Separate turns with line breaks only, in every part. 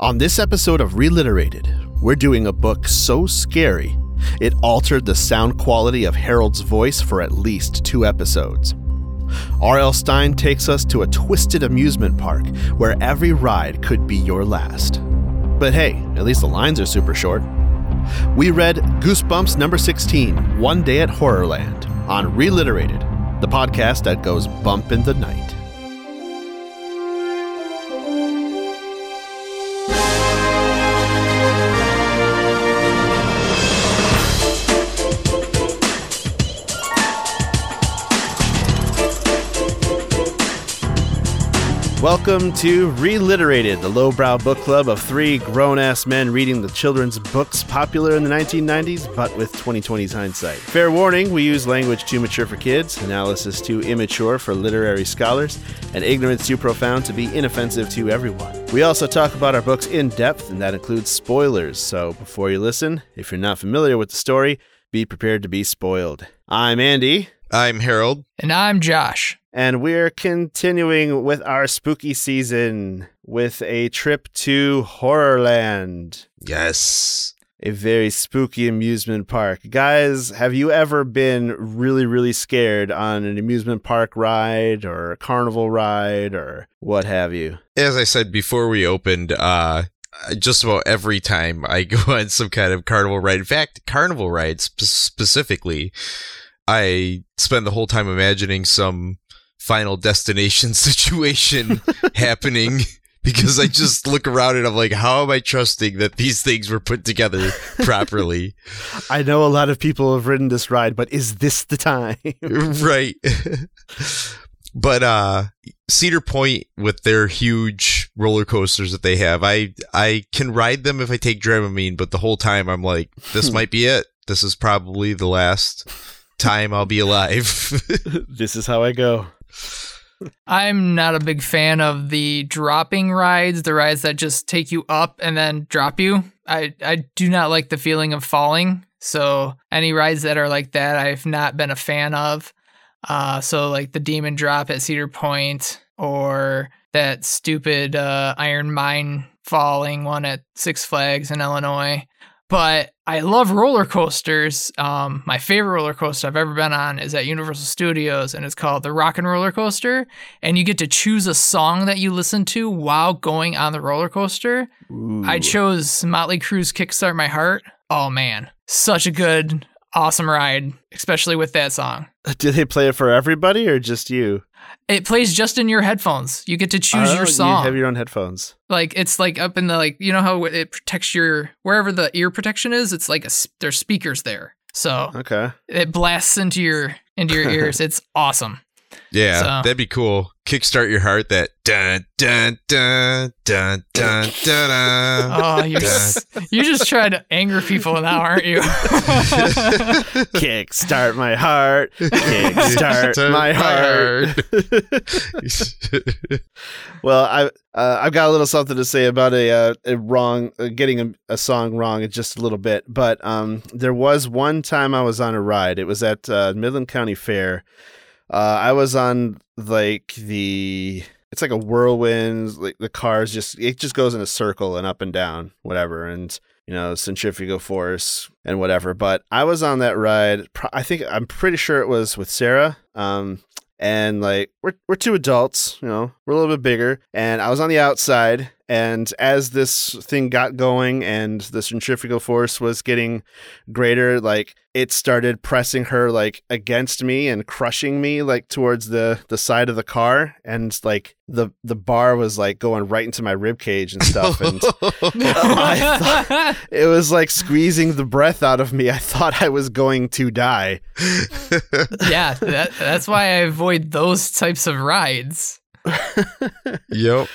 On this episode of Reliterated, we're doing a book so scary, it altered the sound quality of Harold's voice for at least two episodes. R.L. Stein takes us to a twisted amusement park where every ride could be your last. But hey, at least the lines are super short. We read Goosebumps number 16, One Day at Horrorland, on Reliterated, the podcast that goes bump in the night. Welcome to Reliterated, the lowbrow book club of three grown ass men reading the children's books popular in the 1990s, but with 2020's hindsight. Fair warning we use language too mature for kids, analysis too immature for literary scholars, and ignorance too profound to be inoffensive to everyone. We also talk about our books in depth, and that includes spoilers. So before you listen, if you're not familiar with the story, be prepared to be spoiled. I'm Andy.
I'm Harold.
And I'm Josh.
And we're continuing with our spooky season with a trip to Horrorland,
Yes.
a very spooky amusement park. Guys, have you ever been really, really scared on an amusement park ride or a carnival ride or what have you?
As I said before we opened, uh just about every time I go on some kind of carnival ride, in fact, carnival rides sp- specifically, I spend the whole time imagining some final destination situation happening because I just look around and I'm like, how am I trusting that these things were put together properly?
I know a lot of people have ridden this ride, but is this the time?
right but uh cedar point with their huge roller coasters that they have i i can ride them if i take dramamine but the whole time i'm like
Hmm.
this might be it this is probably the last time i'll be alive
this is how I go.
I'm not a big fan of the dropping rides, the rides that just take you up and then drop you. I, I do not like the feeling of falling. So, any rides that are like that, I've not been a fan of. Uh, so, like the Demon Drop at Cedar Point or that stupid uh, Iron Mine falling one at Six Flags in Illinois. But I love roller coasters. Um, my favorite roller coaster I've ever been on is at Universal Studios, and it's called the Rock and Roller Coaster. And you get to choose a song that you listen to while going on the roller coaster. I chose Motley Crue's Kickstart My Heart. Oh man, such a good, awesome ride, especially with that song.
Do they play it for everybody or just you?
It plays just in your headphones. You get to choose
Oh,
your
You
song.
have your own headphones.
like it's like up in the like you know how it protects your wherever the ear protection is. It's like a, s- there's speakers there, so
Okay.
it blasts into your into your ears. It's awesome.
yeah
So-
that'd be cool kickstart your heart that dun dun dun dun dun dun, dun.
Oh, you're s- you just try to anger people now, aren't you?
Oh, Kickstart my heart. Kickstart my heart.
heart.
Well, I uh, I've got a little something to say about a uh, a wrong uh, getting a, a song wrong in just a little bit, but um, there was one time I was on a ride. It was at uh, Midland County Fair. Uh, I was on like the it's like a whirlwind. Like the cars just it just goes in a circle and up and down, whatever, and you know centrifugal force and whatever. But I was on that ride. Pro- I think I'm pretty sure it was with Sarah. Um, and like we're we're two adults, you know, we're a little bit bigger, and I was on the outside, and as this thing got going and the centrifugal force was getting greater, like it started pressing her like against me and crushing me like towards the the side of the car, and like the the bar was like going right into my rib cage and stuff, and I it was like squeezing the breath out of me. I thought I was going to die.
yeah, that, that's why I avoid those types of rides.
yep.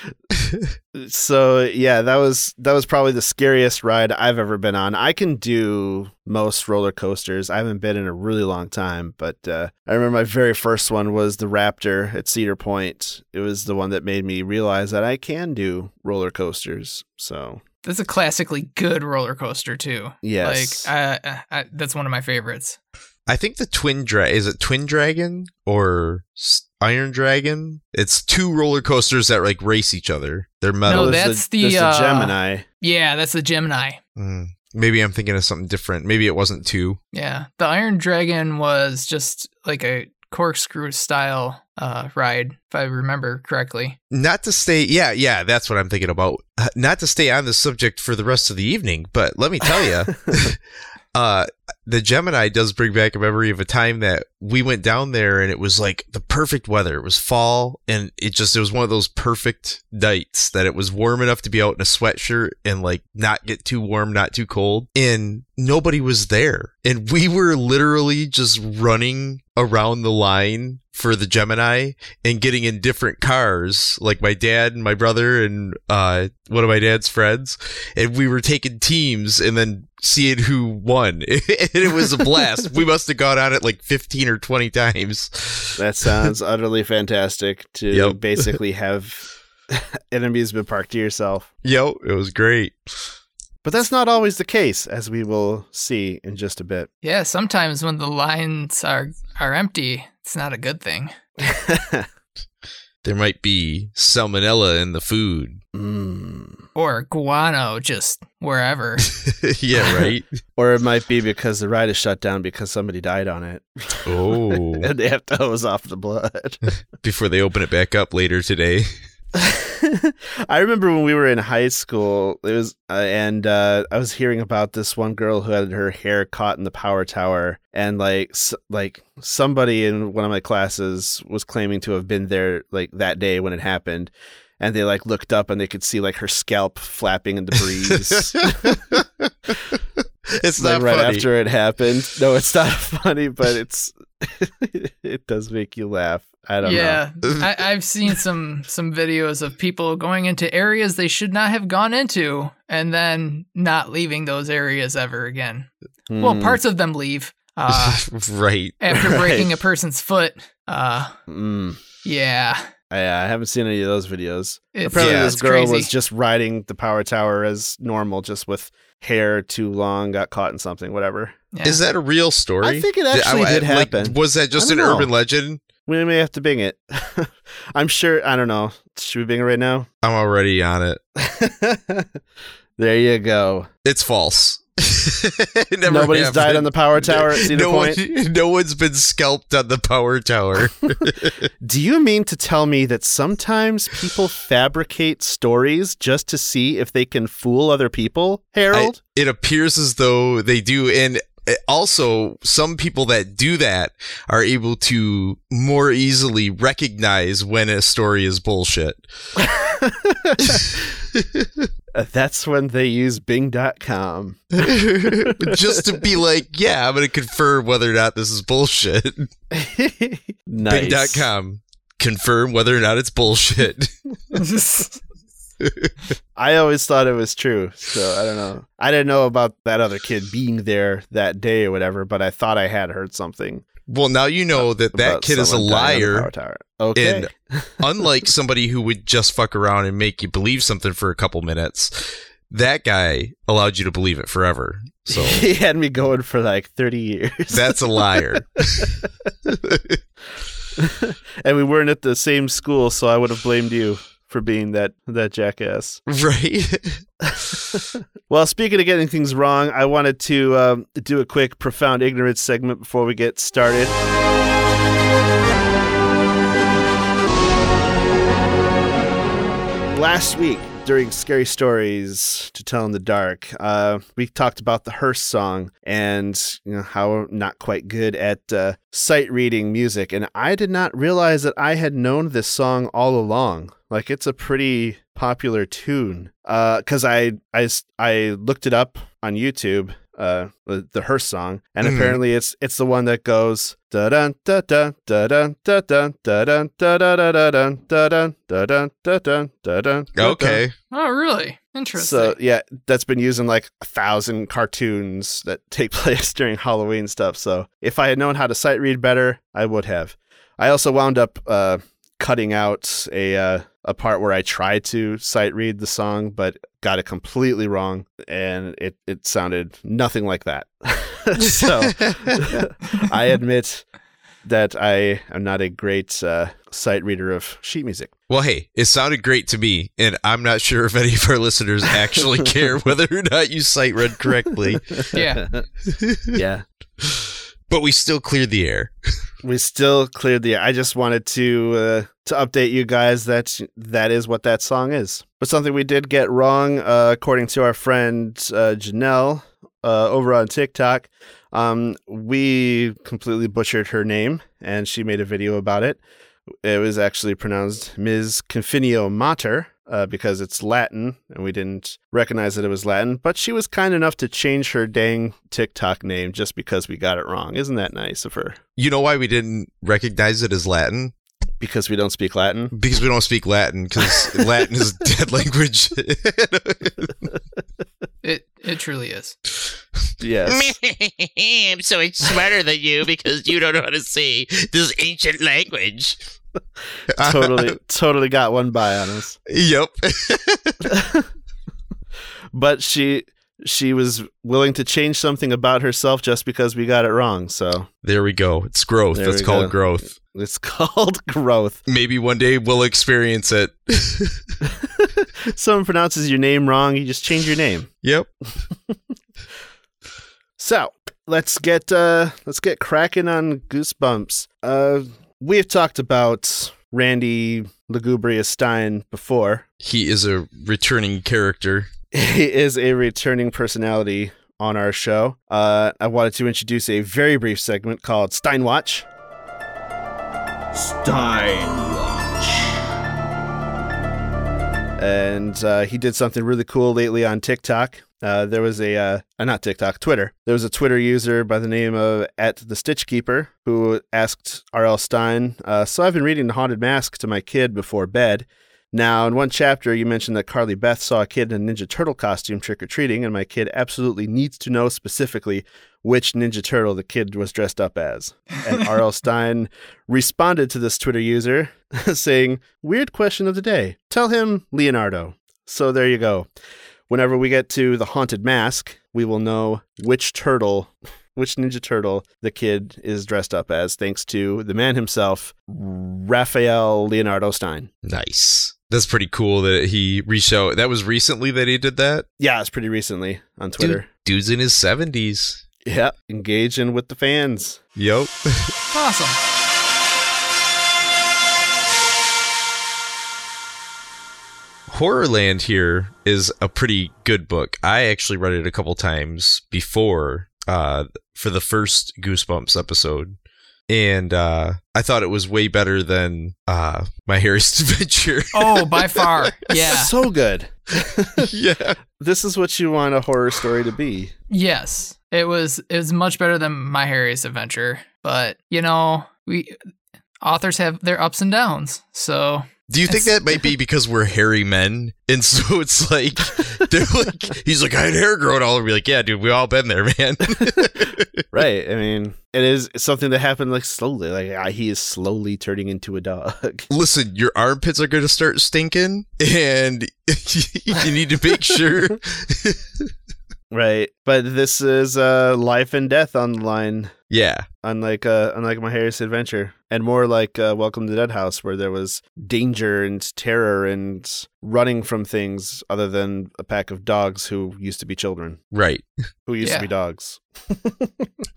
so yeah that was that was probably the scariest ride i've ever been on i can do most roller coasters i haven't been in a really long time but uh, i remember my very first one was the raptor at cedar point it was the one that made me realize that i can do roller coasters so
That's a classically good roller coaster too.
yes
Like I, I, I, that's one of my favorites.
I think the twin dra is it twin dragon or s- Iron Dragon. It's two roller coasters that like race each other. They're metal.
There's
that's the,
there's
uh,
Gemini.
Yeah, that's the Gemini.
Mm. Maybe I'm thinking of something different. Maybe it wasn't two.
Yeah, the Iron Dragon was just like a corkscrew style uh, ride, if I remember correctly.
Not to stay. Yeah, yeah, that's what I'm thinking about. Uh, Not to stay on the subject for the rest of the evening, but let me tell you. Uh, the Gemini does bring back a memory of a time that we went down there and it was like the perfect weather. It was fall and it just, it was one of those perfect nights that it was warm enough to be out in a sweatshirt and like not get too warm, not too cold. And nobody was there. And we were literally just running around the line for the Gemini and getting in different cars, like my dad and my brother and uh, one of my dad's friends, and we were taking teams and then seeing who won. and it was a blast. we must have gone on it like fifteen or twenty times.
That sounds utterly fantastic to
Yep.
basically have an amusement park to yourself.
Yo, it was great.
But that's not always the case, as we will see in just a bit.
Yeah, sometimes when the lines are are empty, it's not a good thing.
There might be salmonella in the food.
Mm.
Or guano, just wherever.
yeah, right.
Or it might be because the ride is shut down because somebody died on it.
Oh,
and they have to hose off the blood.
before they open it back up later today.
I remember when we were in high school, it was, uh, and uh, I was hearing about this one girl who had her hair caught in the power tower, and like, s- like somebody in one of my classes was claiming to have been there like that day when it happened, and they like looked up and they could see like her scalp flapping in the breeze.
it's
like,
not
right
funny.
after it happened. No, it's not funny, but it's it does make you laugh. I don't know.
yeah, I, I've seen some some videos of people going into areas they should not have gone into, and then not leaving those areas ever again. Well,
Hmm.
parts of them leave uh,
right.
after
Right.
breaking a person's foot. Uh,
Mm.
yeah,
I, I haven't seen any of those videos.
it's,
Apparently,
yeah,
this
it's
girl
crazy.
was just riding the power tower as normal, just with hair too long, got caught in something, whatever.
Yeah.
Is that a real story?
I think it actually did
like,
happen.
was that just
I
an
don't know.
urban legend?
we may have to bing it. I'm sure. I don't know. Should we bing it right now?
I'm already on it.
there you go.
It's false. It never
Nobody's
happened.
died on the power tower at Cedar
no
Point.
One, no one's been scalped on the power tower.
Do you mean to tell me that sometimes people fabricate stories just to see if they can fool other people, Harold?
it appears as though they do, and uh, also some people that do that are able to more easily recognize when a story is bullshit.
Uh, That's when they use Bing.com.
just to be like, yeah, I'm going to confirm whether or not this is bullshit.
nice.
Bing.com. Confirm whether or not it's bullshit.
I always thought it was true, so I don't know. I didn't know about that other kid being there that day or whatever, but I thought I had heard something.
well, now you know that that
about
kid is a
someone dying on the
liar,
power tower. Okay.
And- unlike somebody who would just fuck around and make you believe something for a couple minutes. That guy allowed you to believe it forever. So
he had me going for like 30 years.
that's a liar.
and we weren't at the same school, so I would have blamed you for being that that jackass.
right?
Well, speaking of getting things wrong, I wanted to um, do a quick profound ignorance segment before we get started. Last week, during Scary Stories to Tell in the Dark, uh, we talked about the Hearst song and you know, how I'm not quite good at uh, sight reading music. And I did not realize that I had known this song all along. Like, it's a pretty popular tune because I, I, s- I looked it up on YouTube. Uh, the, the Hearst song, and
Mhm.
apparently it's it's the one that goes da dun da dun da dun da dun da dun da da da da dun da dun da dun da dun da dun.
Okay.
oh, really? Interesting.
So yeah, that's been used in like a thousand cartoons that take place during Halloween stuff. So if I had known how to sight read better, I would have. I also wound up uh, cutting out a uh, a part where I tried to sight read the song, but got it completely wrong, and it it sounded nothing like that. so I admit that I am not a great uh, sight reader of sheet music.
Well, hey, it sounded great to me, and I'm not sure if any of our listeners actually care whether or not you sight read correctly.
Yeah.
yeah.
But we still cleared the air.
we still cleared the air. I just wanted to uh, to update you guys that that is what that song is. But something we did get wrong, uh, according to our friend uh, Janelle uh, over on TikTok, um, we completely butchered her name, and she made a video about it. It was actually pronounced Ms. Confinio Mater. Uh, because it's Latin, and we didn't recognize that it was Latin, but she was kind enough to change her dang TikTok name just because we got it wrong. Isn't that nice of her?
You know why we didn't recognize it as Latin?
Because we don't speak Latin.
Because we don't speak Latin, because Latin is a dead language.
It it truly is.
Yes.
I'm so much smarter than you because you don't know how to say this ancient language.
totally totally got one by on us.
yep.
But she she was willing to change something about herself just because we got it wrong. So
There we go. It's growth.
There
That's
we
called
go.
growth.
it's called growth.
Maybe one day we'll experience it.
Someone pronounces your name wrong, you just change your name.
yep.
So let's get uh let's get cracking on goosebumps. Uh we've talked about Randy Lugubrious Stein before.
He is a returning character.
he is a returning personality on our show. Uh, I wanted to introduce a very brief segment called Steinwatch. Steinwatch. And uh, he did something really cool lately on TikTok. Uh, there was a uh, uh, not TikTok, Twitter. There was a Twitter user by the name of at the Stitch Keeper who asked R.L. Stein. Uh, so I've been reading The Haunted Mask to my kid before bed. Now, in one chapter, you mentioned that Carly Beth saw a kid in a Ninja Turtle costume trick or treating, and my kid absolutely needs to know specifically which Ninja Turtle the kid was dressed up as. And R.L. Stein responded to this Twitter user saying, Weird question of the day. Tell him Leonardo. So there you go. Whenever we get to the haunted mask, we will know which turtle, which Ninja Turtle the kid is dressed up as, thanks to the man himself, Raphael Leonardo Stein.
Nice. That's pretty cool that he reached out. That was recently that he did that.
Yeah, it's pretty recently on Twitter.
Dude's in his 70s.
Yeah, engaging with the fans.
Yep.
Awesome.
Horrorland here is a pretty good book. I actually read it a couple times before uh, for the first Goosebumps episode, and uh, I thought it was way better than uh, My Harry's Adventure.
Oh, by far. Yeah.
So good.
yeah,
This is what you want a horror story to be.
Yes. It was it was much better than My Harry's Adventure, but you know, we authors have their ups and downs. So
do you think
It's-
that might be because we're hairy men, and so it's like they're like he's like I had hair growing all over. me." Like, yeah, dude, we all been there, man.
Right. I mean, it is something that happened like slowly. Like ah, he is slowly turning into a dog.
listen, your armpits are going to start stinking, and you need to make sure.
right. But this is uh life and death on the line.
yeah,
Unlike uh, unlike my Harris adventure, and more like uh, Welcome to Dead House, where there was danger and terror and running from things, other than a pack of dogs who used to be children,
right.
who used
Yeah.
to be dogs.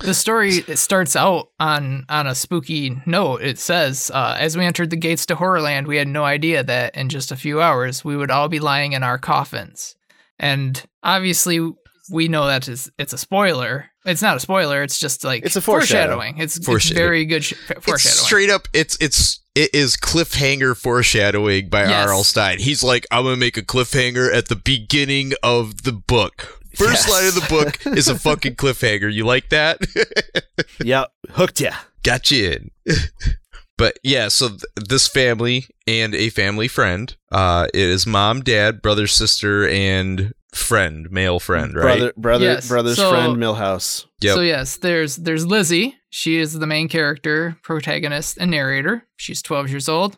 the story it starts out on on a spooky note. It says, uh, "As we entered the gates to Horrorland, we had no idea that in just a few hours we would all be lying in our coffins." And obviously, we know that is it's a spoiler. It's not a spoiler. It's just like
It's a foreshadow.
foreshadowing. It's, it's
Foreshadow.
very good sh- f- foreshadowing.
It's straight up. It's it's it is cliffhanger foreshadowing by
Yes.
R.L. Stein. He's like, I'm gonna make a cliffhanger at the beginning of the book. First
Yes.
line of the book is a fucking cliffhanger. You like that?
yep, hooked ya.
Got you in. but yeah, so th- this family and a family friend. Uh, it is mom, dad, brother, sister, and friend, male friend, right?
Brother, brother,
Yes,
brother's
so-
friend Millhouse.
Yep.
So yes, there's there's Lizzie. She is the main character, protagonist, and narrator. She's 12 years old,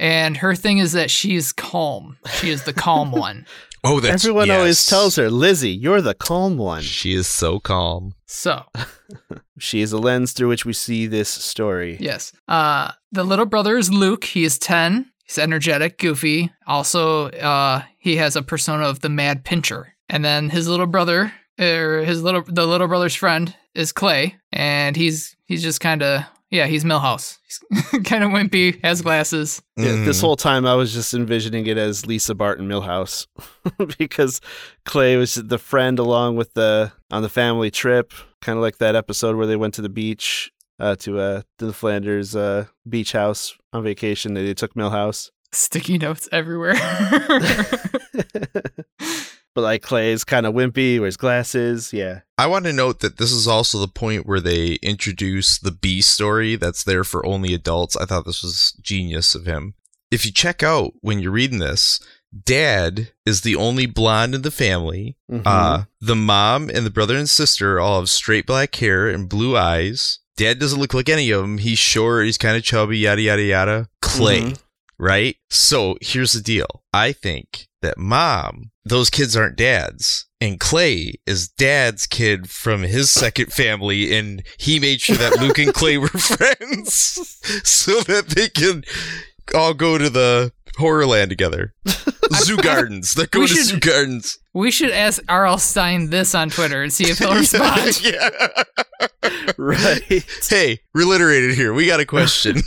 and her thing is that she's calm. She is the calm one.
Oh, that's
Everyone
yes.
always tells her, Lizzie, you're the calm one.
She is so calm.
So,
She is a lens through which we see this story.
yes. Uh, the little brother is Luke. He is 10. He's energetic, goofy. Also, uh, he has a persona of the mad pincher. And then his little brother, or his little, the little brother's friend is Clay. And he's, he's just kind of, yeah, he's Millhouse. He's kind of wimpy, has glasses.
Yeah, This
Mhm.
whole time, I was just envisioning it as Lisa Barton Millhouse because Clay was the friend along with the on the family trip, kind of like that episode where they went to the beach uh, to uh, to the Flanders uh, beach house on vacation. They, they took Millhouse,
Sticky notes everywhere.
but like Clay's kind of wimpy, wears glasses. Yeah,
I want to note that this is also the point where they introduce the B story that's there for only adults. I thought this was genius of him. If you check out when you're reading this, dad is the only blonde in the family.
Mhm.
Uh, the mom and the brother and sister all have straight black hair and blue eyes. Dad doesn't look like any of them. He's short, he's kind of chubby, yada, yada, yada. Clay,
Mhm.
right? So here's the deal. I think that mom, those kids aren't dad's. And Clay is dad's kid from his second family, and he made sure that Luke and Clay were friends so that they can all go to the horror land together. Zoo gardens. They're going to
should-
zoo gardens.
we should ask R.L. Stein this on Twitter and see if he'll respond.
yeah.
right.
Hey, reliterated here. We got a question.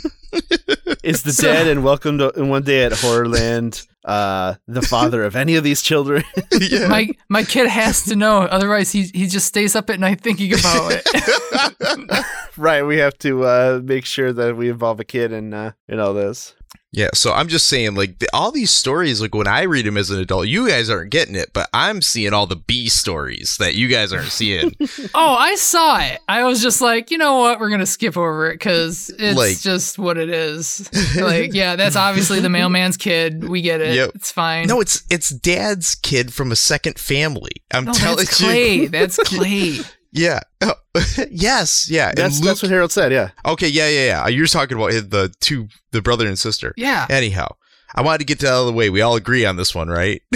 Is the
So-
dead and welcome to and one day at Horrorland uh, the father of any of these children?
yeah.
my my kid has to know, otherwise he he just stays up at night thinking about it.
right, we have to uh, make sure that we involve a kid in uh, in all this.
yeah. So I'm just saying, like, the, all these stories, like, when I read them as an adult, you guys aren't getting it, but I'm seeing all the B stories that you guys aren't seeing.
oh, I saw it. I was just like, you know what, we're gonna skip over it because it's
Like-
just what it is. Like, yeah, that's obviously the mailman's kid. We get it.
Yep.
It's fine.
no, it's it's dad's kid from a second family. I'm
No,
telling
Oh, that's
you.
Clay. That's Clay.
Yeah. Oh, yes. Yeah. And
That's, that's
Luke-
what Harold said. Yeah,
okay. Yeah. Yeah. Yeah. You're talking about the two, the brother and sister.
Yeah.
Anyhow, I wanted to get that out of the way. We all agree on this one, right?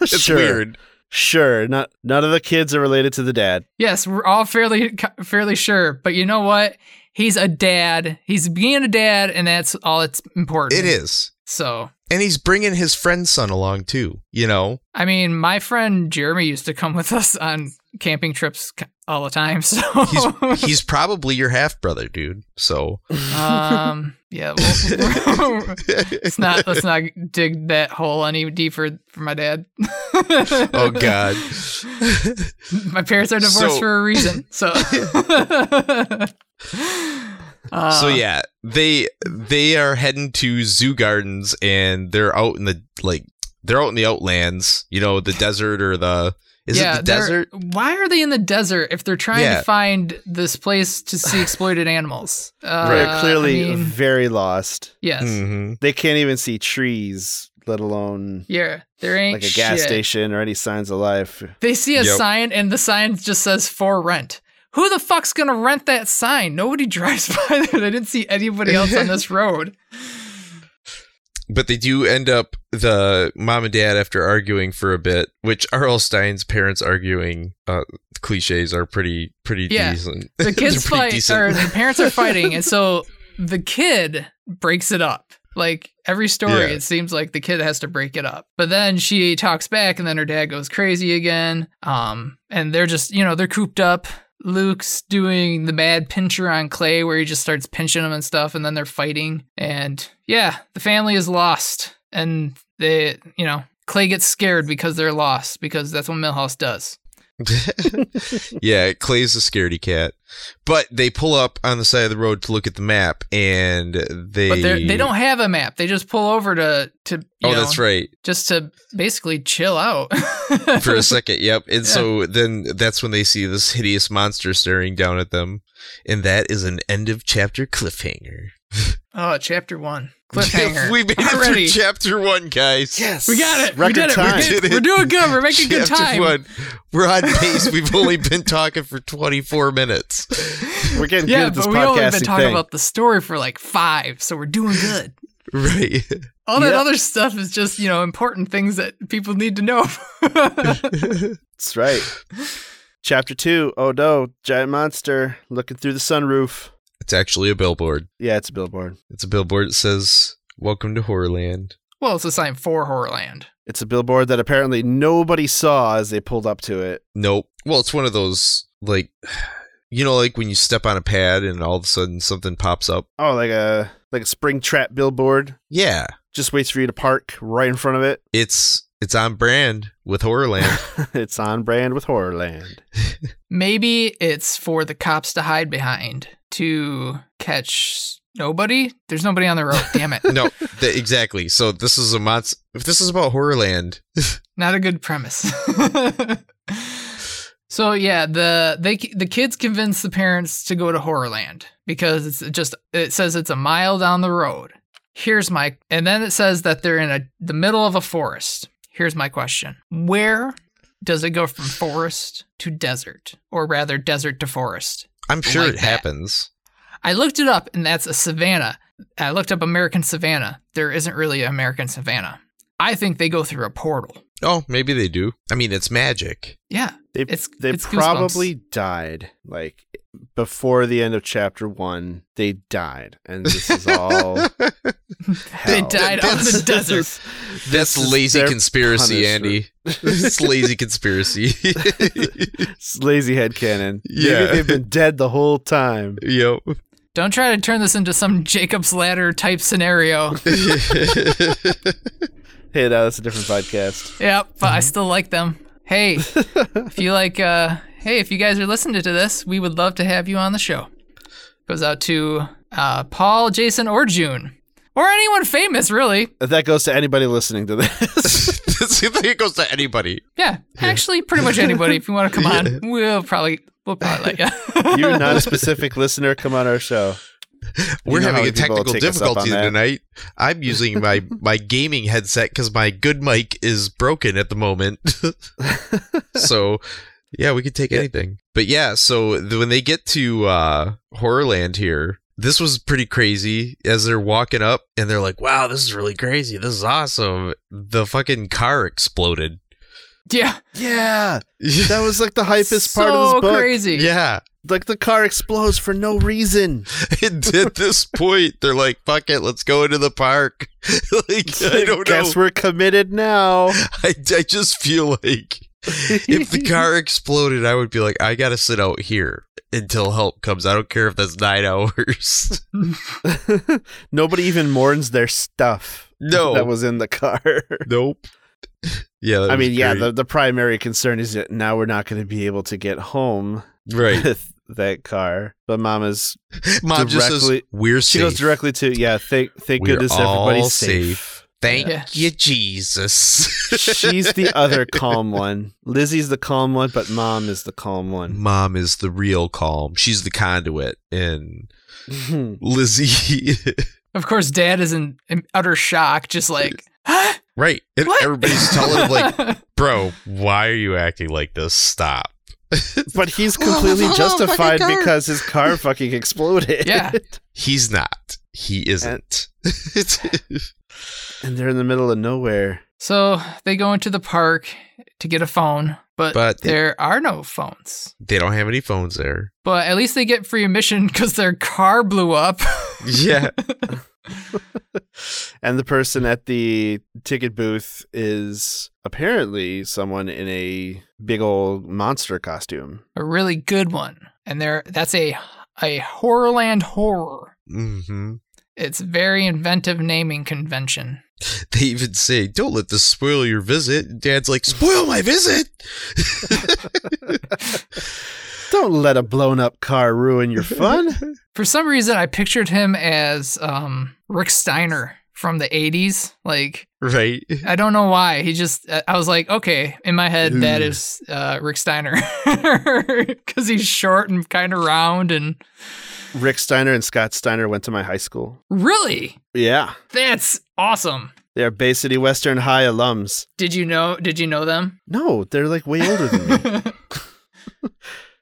It's
sure,
weird.
sure. Not none of the kids are related to the dad.
Yes, we're all fairly fairly sure. But you know what? He's a dad. He's being a dad, and that's all it's important.
It is.
So
And he's bringing his friend's son along too, you know?
I mean, my friend Jeremy used to come with us on camping trips c- all the time. So, Oh.
He's he's probably your half brother, dude. So
um, yeah, well, let's not let's not dig that hole any deeper for my dad.
Oh god.
my parents are divorced
So-
for a reason. So, Uh,
so yeah, they they are heading to zoo gardens and they're out in the like they're out in the outlands, you know, the desert or the is
yeah,
it the
they're-
desert?
Why are they in the desert if they're trying
Yeah.
to find this place to see exploited animals? Uh,
They're clearly
I mean,
very lost.
yes.
hmm
They can't even see trees, let alone
Yeah, there ain't
like a gas
shit.
station or any signs of life.
They see a
Yep.
sign and the sign just says for rent. Who the fuck's gonna rent that sign? Nobody drives by there. They didn't see anybody else on this road.
But they do end up the mom and dad after arguing for a bit, which Arl Stein's parents arguing uh, cliches are pretty pretty
Yeah.
decent.
The kids
They're pretty
fight,
decent.
or the parents are fighting, and so the kid breaks it up. Like every story,
Yeah.
it seems like the kid has to break it up. But then she talks back, and then her dad goes crazy again. Um, and they're just, you know, they're cooped up. Luke's doing the mad pincher on Clay, where he just starts pinching him and stuff, and then they're fighting. And yeah, the family is lost, and they, you know, Clay gets scared because they're lost because that's what Milhouse does.
yeah, Clay's a scaredy cat. But they pull up on the side of the road to look at the map, and they
But they they don't have a map. They just pull over to to you
Oh,
know,
that's right.
just to basically chill out.
For a second, yep. And
Yeah.
so then that's when they see this hideous monster staring down at them, and that is an end of chapter cliffhanger.
oh, chapter one cliffhanger.
we made it
Already.
through chapter one, guys.
Yes,
We got it.
Record
we did it.
time.
We're, good.
Did it.
We're doing good. We're making good
Chapter
time.
One. We're on pace. We've only been talking for 24 minutes.
We're getting
Yeah,
good at this
but we only been
podcasting
talking
thing.
about the story for like five, so we're doing good.
Right.
All that
Yeah.
other stuff is just, you know, important things that people need to know.
That's right. Chapter two. Oh no, giant monster looking through the sunroof.
It's actually a billboard.
Yeah, it's a billboard.
It's a billboard that says, Welcome to Horrorland.
well, it's a sign for Horrorland.
It's a billboard that apparently nobody saw as they pulled up to it.
Nope. Well, it's one of those, like, you know, like when you step on a pad and all of a sudden something pops up.
Oh, like a like a spring trap billboard.
Yeah.
Just waits for you to park right in front of it.
It's it's on brand with Horrorland.
it's on brand with Horrorland.
Maybe it's for the cops to hide behind to catch nobody. There's nobody on the road. Damn it.
no, th- exactly. So this is a monster. If this is about Horrorland,
Not a good premise. so yeah, the they the kids convince the parents to go to Horrorland because it's just it says it's a mile down the road. Here's my and then it says that they're in a the middle of a forest. Here's my question. Where does it go from forest to desert or rather desert to forest?
I'm sure
Like
it
that.
happens.
I looked it up, and that's a savanna. I looked up American savanna. There isn't really an American savanna. I think they go through a portal.
Oh, maybe they do. I mean, it's magic.
Yeah,
They
It's-
they
it's goosebumps.
probably died like before the end of chapter one. They died, and this is all
they
hell.
died out in
That's-
the desert.
That's
This is
lazy
their
conspiracy,
punishment.
Andy. it's lazy conspiracy.
It's lazy head cannon.
Yeah.
Maybe they've been dead the whole time.
Yo.
Don't try to turn this into some Jacob's Ladder type scenario.
Hey, now that's a different podcast.
yep, but I still like them. Hey, if you like, uh, hey, if you guys are listening to this, we would love to have you on the show. Goes out to uh, Paul, Jason, or June, or anyone famous, really.
That goes to anybody listening to this.
it goes to anybody.
Yeah, actually, pretty much anybody. If you want to come on, we'll probably we'll probably let you.
you, not a specific listener, come on our show.
We're
know
having
how
a
many people will
technical
take us up on
difficulty
that.
tonight. I'm using my, my gaming headset because my good mic is broken at the moment. so, yeah, we could take anything. But yeah, so th- when they get to uh, Horrorland here, this was pretty crazy as they're walking up and they're like, wow, this is really crazy. This is awesome. The fucking car exploded.
yeah,
Yeah, that was like the hypest
so
part of this book.
crazy.
yeah.
Like the car explodes for no reason.
And at this point, they're like, fuck it, let's go into the park. like, I don't know.
Guess we're committed now.
I, I just feel like if the car exploded, I would be like, I gotta sit out here until help comes. I don't care if that's nine hours.
Nobody even mourns their stuff.
No.
that was in the car.
nope. Yeah, that
I
was
mean, yeah. The,
great.
the primary concern is that now we're not going to be able to get home
right.
with that car. But Mama's
Mom just says
directly-
we're
She
safe.
goes directly to yeah. Thank thank
We're
goodness
all
everybody's
safe. Thank
Yeah.
you, Jesus.
She's the other calm one. Lizzie's the calm one, but Mom is the calm one.
Mom is the real calm. She's the conduit, and Lizzie.
Of course, Dad is in, in utter shock, just like "Huh?
right. And
what?
everybody's telling him like, bro, why are you acting like this? Stop.
but he's completely
Oh, fucking
justified
car.
because his car fucking exploded.
Yeah.
He's not. He isn't.
and they're in the middle of nowhere.
so they go into the park to get a phone, but,
But they-
there are no phones.
they don't have any phones there.
But at least they get free admission because their car blew up.
Yeah.
And the person at the ticket booth is apparently someone in a big old monster costume.
a really good one, and there that's a a Horrorland horror.
hmm
It's very inventive naming convention.
They even say, "Don't let this spoil your visit." Dad's like, "Spoil my visit."
Don't let a blown up car ruin your fun.
For some reason, I pictured him as um, Rick Steiner from the 80s. Like,
right.
I don't know why. He just, I I was like, okay, in my head, that
Ooh.
is uh, Rick Steiner. Because he's short and kind of round. And
Rick Steiner and Scott Steiner went to my high school.
really,
Yeah.
that's awesome.
They are Bay City Western High alums.
Did you know? Did you know them?
No, they're like way older than me.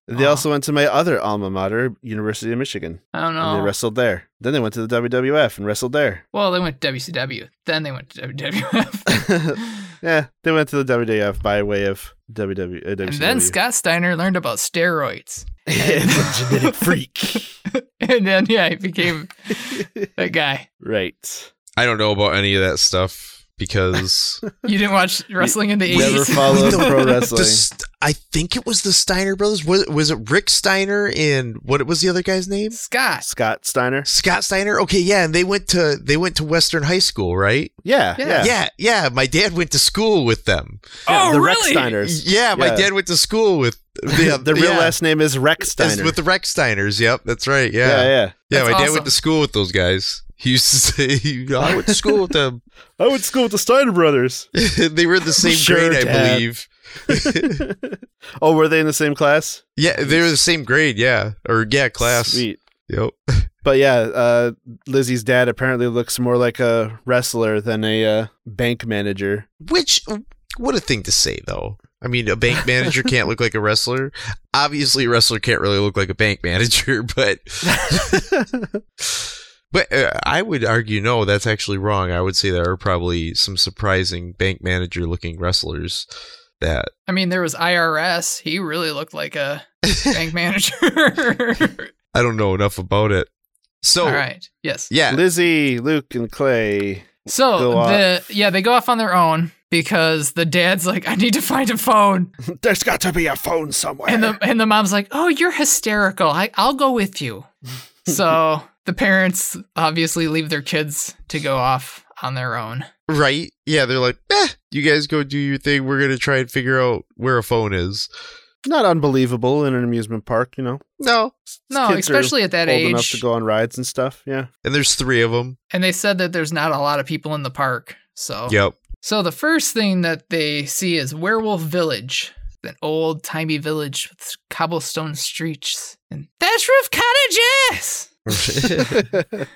They
Aw.
also went to my other alma mater, University of Michigan,
I
and
don't know.
they wrestled there. Then they went to the WWF and wrestled there.
well, they went to WCW. Then they went to WWF.
yeah, they went to the WWF by way of WW. Uh,
and then
WCW.
Scott Steiner learned about steroids.
The genetic freak.
and then, yeah, he became that guy.
right.
I don't know about any of that stuff because
You didn't watch wrestling in the 80s?
Never followed pro
the
wrestling.
st- I think it was the Steiner brothers. Was, was it Rick Steiner and what was the other guy's name?
Scott.
Scott Steiner.
Scott Steiner. Okay, yeah, and they went to they went to Western High School, right?
Yeah,
Yeah.
yeah.
Yeah, yeah. My dad went to school with them.
Yeah,
oh,
the Rex
really?
Steiners.
Yeah, my
Yeah.
dad went to school with yeah,
the real
yeah.
last name is Rex
It's
Steiner.
with the Rex Steiners. Yep, that's right. Yeah,
yeah,
yeah.
yeah.
That's
my dad
awesome.
went to school with those guys. He used to say, "I went to school with them.
I went to school with the Steiner brothers.
they were in the same
Sure,
grade, I
Dad.
believe.
oh, were they in the same class?
Yeah, they were the same grade. Yeah, or yeah, class.
Sweet.
Yep.
But yeah, uh, Lizzie's dad apparently looks more like a wrestler than a uh, bank manager.
Which, what a thing to say, though. I mean, a bank manager can't look like a wrestler. Obviously, a wrestler can't really look like a bank manager, but but uh, I would argue no, that's actually wrong. I would say there are probably some surprising bank manager looking wrestlers that
I mean, there was IRS. He really looked like a bank manager.
I don't know enough about it. So
All right. Yes.
yeah,
Lizzie, Luke, and Clay.
So
Go off.
the yeah, they go off on their own because the dad's like, I need to find a phone.
There's got to be a phone somewhere.
And the and the mom's like, "Oh, you're hysterical. I I'll go with you." So the parents obviously leave their kids to go off on their own.
right, yeah. They're like, eh, you guys go do your thing. We're gonna try and figure out where a phone is.
Not unbelievable in an amusement park, you know.
No,
No,
kids are
especially at that
Old enough to
age.
go on rides and stuff. Yeah.
and there's three of them.
And they said that there's not a lot of people in the park. So
Yep.
So the first thing that they see is Werewolf Village, an old timey village with cobblestone streets and thatch roof cottages.
the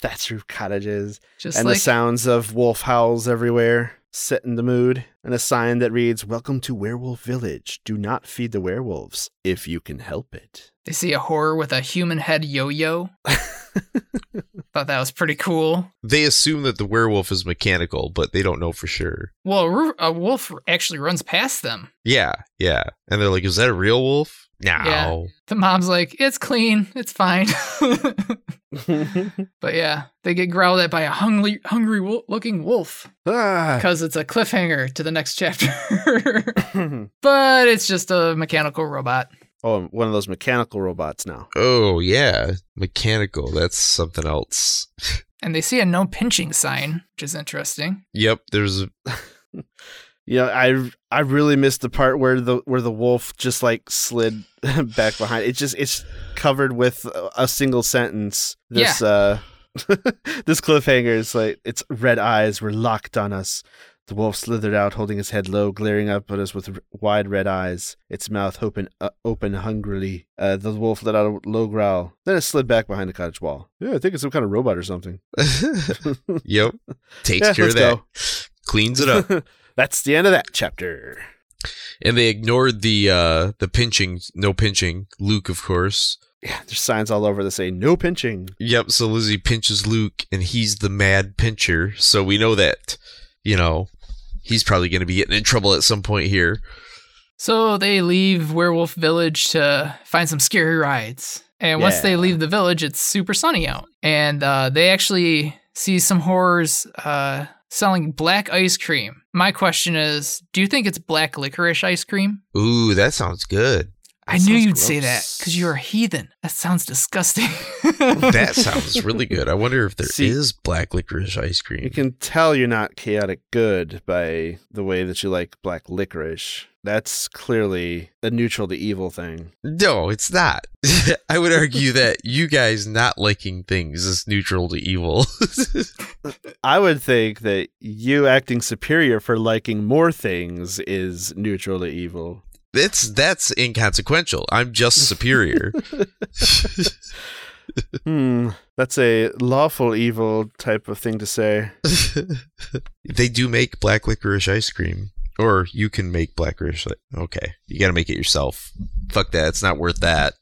thatch roof cottages.
Just
and
like
the sounds of wolf howls everywhere setting the mood and a sign that reads welcome to werewolf village do not feed the werewolves if you can help it
they see a horror with a human head yo-yo. Thought that was pretty cool.
they assume that the werewolf is mechanical, but they don't know for sure.
Well, a ru- a wolf actually runs past them.
Yeah, yeah. And they're like, is that a real wolf? No.
Yeah. The mom's like, "It's clean, it's fine." but yeah, they get growled at by a hungry, hungry wo- looking wolf
ah.
because it's a cliffhanger to the next chapter. but it's just a mechanical robot.
oh I'm one of those mechanical robots now
Oh, yeah. Mechanical. That's something else.
And they see a no pinching sign, which is interesting.
Yep, there's a,
you know i i really missed the part where the where the wolf just like slid back behind it just it's covered with a- a single sentence this uh this cliffhanger is like its red eyes were locked on us the wolf slithered out holding his head low glaring up at us with r- wide red eyes its mouth open uh, open hungrily uh, the wolf let out a low growl then it slid back behind the cottage wall yeah i think it's some kind of robot or something
Yep. Takes
Yeah,
care
let's
of that.
go.
Cleans it up.
that's the end of that chapter
and they ignored the uh the pinching no pinching. Luke, of course.
Yeah, there's signs all over that say no pinching.
Yep, so Lizzie pinches Luke and he's the mad pincher, so we know that, you know, he's probably gonna be getting in trouble at some point here.
So they leave Werewolf Village to find some scary rides. And once they
Yeah.
leave the village, it's super sunny out. And uh, they actually see some horrors uh, selling black ice cream. My question is do you think it's black licorice ice cream?
Ooh, that sounds good.
I
That
knew
sounds
you'd say that
gross.
because you're a heathen. That sounds disgusting.
That sounds really good. I wonder if there is
See-
black licorice ice cream.
You can tell you're not chaotic good by the way that you like black licorice. That's clearly a neutral to evil thing.
no, it's not. I would argue that you guys not liking things is neutral to evil.
I would think that you acting superior for liking more things is neutral to evil.
That's that's inconsequential. I'm just superior.
Hmm, that's a lawful evil type of thing to say.
they do make black licorice ice cream, or you can make black licorice. Okay, you got to make it yourself. fuck that. It's not worth that.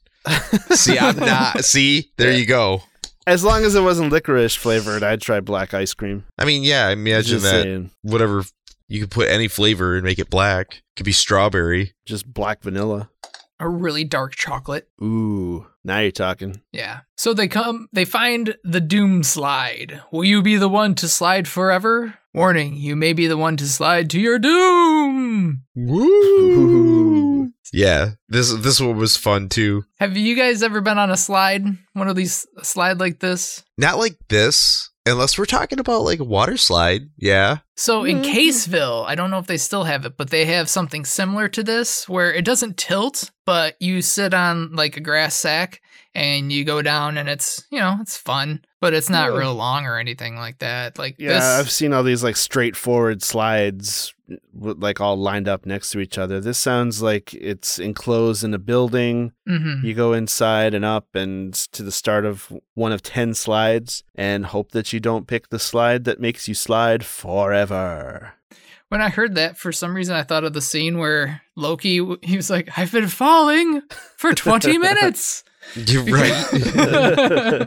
See, I'm not. See, there you go.
As long as it wasn't licorice flavored, I'd try black ice cream.
I mean, yeah, imagine
Just
that.
saying.
Whatever you could put any flavor and make it black. Could be strawberry.
Just black vanilla.
A really dark chocolate.
Ooh, now you're talking.
Yeah. So they come, they find the doom slide. Will you be the one to slide forever? Warning, you may be the one to slide to your doom.
Woo!
Yeah, this this one was fun too.
Have you guys ever been on a slide? One of these a slide like this?
Not like this, unless we're talking about like a water slide. Yeah,
So in
Mhm.
Mm-hmm.
Caseville, I don't know if they still have it, but they have something similar to this where it doesn't tilt, but you sit on like a grass sack and you go down and it's, you know, it's fun, but it's not
Hmm.
real long or anything like that. Like
Yeah,
this
I've seen all these like straightforward slides, with, like all lined up next to each other. This sounds like it's enclosed in a building.
Mhm.
You go inside and up and s- to the start of one of 10 slides and hope that you don't pick the slide that makes you slide forever.
When I heard that, for some reason, I thought of the scene where Loki, he was like, I've been falling for 20 minutes.
you're right.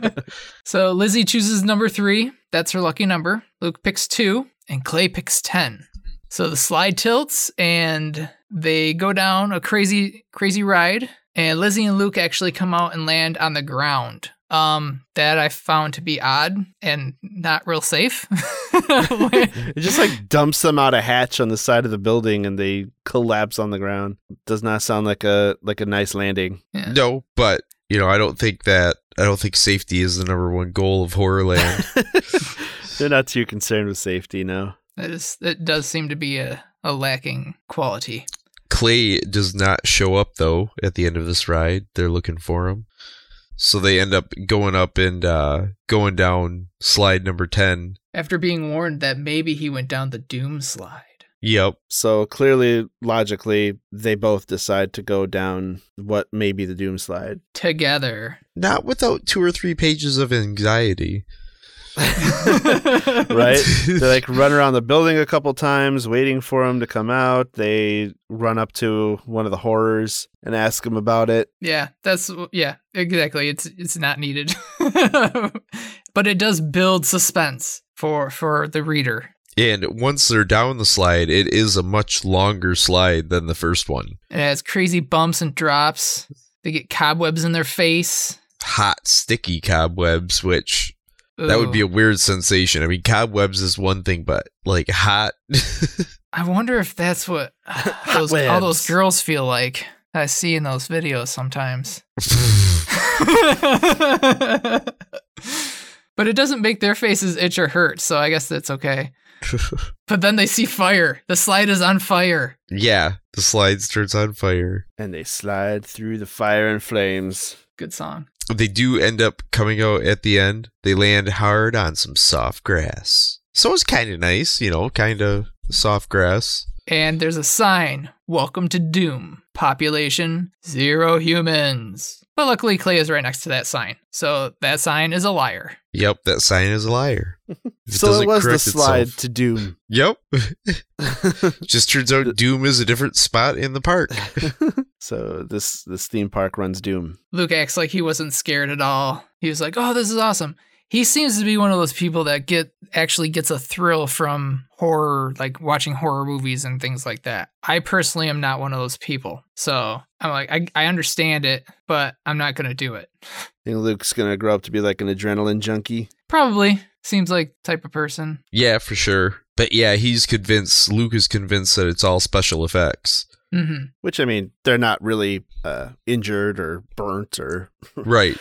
so Lizzie chooses number three. That's her lucky number. Luke picks two, and Clay picks 10. So the slide tilts, and they go down a crazy, crazy ride. And Lizzie and Luke actually come out and land on the ground. Um, that I found to be odd and not real safe.
it just like dumps them out a hatch on the side of the building and they collapse on the ground. Does not sound like a like a nice landing.
no, but you know, I don't think that I don't think safety is the number one goal of Horrorland.
They're not too concerned with safety, no.
That is that does seem to be a, a lacking quality.
Clay does not show up though at the end of this ride. They're looking for him. So they end up going up and uh, going down slide number 10.
After being warned that maybe he went down the doom slide.
Yep.
So clearly, logically, they both decide to go down what may be the doom slide.
Together.
Not without two or three pages of anxiety.
Right? they like run around the building a couple times, waiting for him to come out. They run up to one of the horrors and ask him about it.
Yeah, that's yeah, exactly. It's it's not needed. but it does build suspense for for the reader.
and once they're down the slide, it is a much longer slide than the first one.
It has crazy bumps and drops. They get cobwebs in their face.
Hot, sticky cobwebs, which that would be a
Ooh.
weird sensation. I mean, cobwebs is one thing, but like hot.
I wonder if that's what those, all those
webs.
girls feel like. I see in those videos sometimes. but it doesn't make their faces itch or hurt, so I guess that's okay. But then they see fire. The slide is on fire.
yeah, the slide starts on fire.
And they slide through the fire and flames.
Good song.
they do end up coming out at the end. They land hard on some soft grass. So it's kind of nice, you know, kind of soft grass.
And there's a sign Welcome to Doom. Population zero humans. But luckily, Clay is right next to that sign. So that sign is a liar.
Yep, that sign is a liar. If
so it
doesn't
was the
correct
slide
itself-
to doom.
Yep. Just turns out Doom is a different spot in the park.
so this this theme park runs doom.
Luke acts like he wasn't scared at all. He was like, "Oh, this is awesome." He seems to be one of those people that get actually gets a thrill from horror, like watching horror movies and things like that. I personally am not one of those people, so I'm like, I, I understand it, but I'm not gonna do it.
think Luke's gonna grow up to be like an adrenaline junkie.
Probably seems like the type of person.
yeah, for sure. But yeah, he's convinced, Luke is convinced that it's all special effects.
hmm
Which I mean, they're not really uh, injured or burnt or
Right.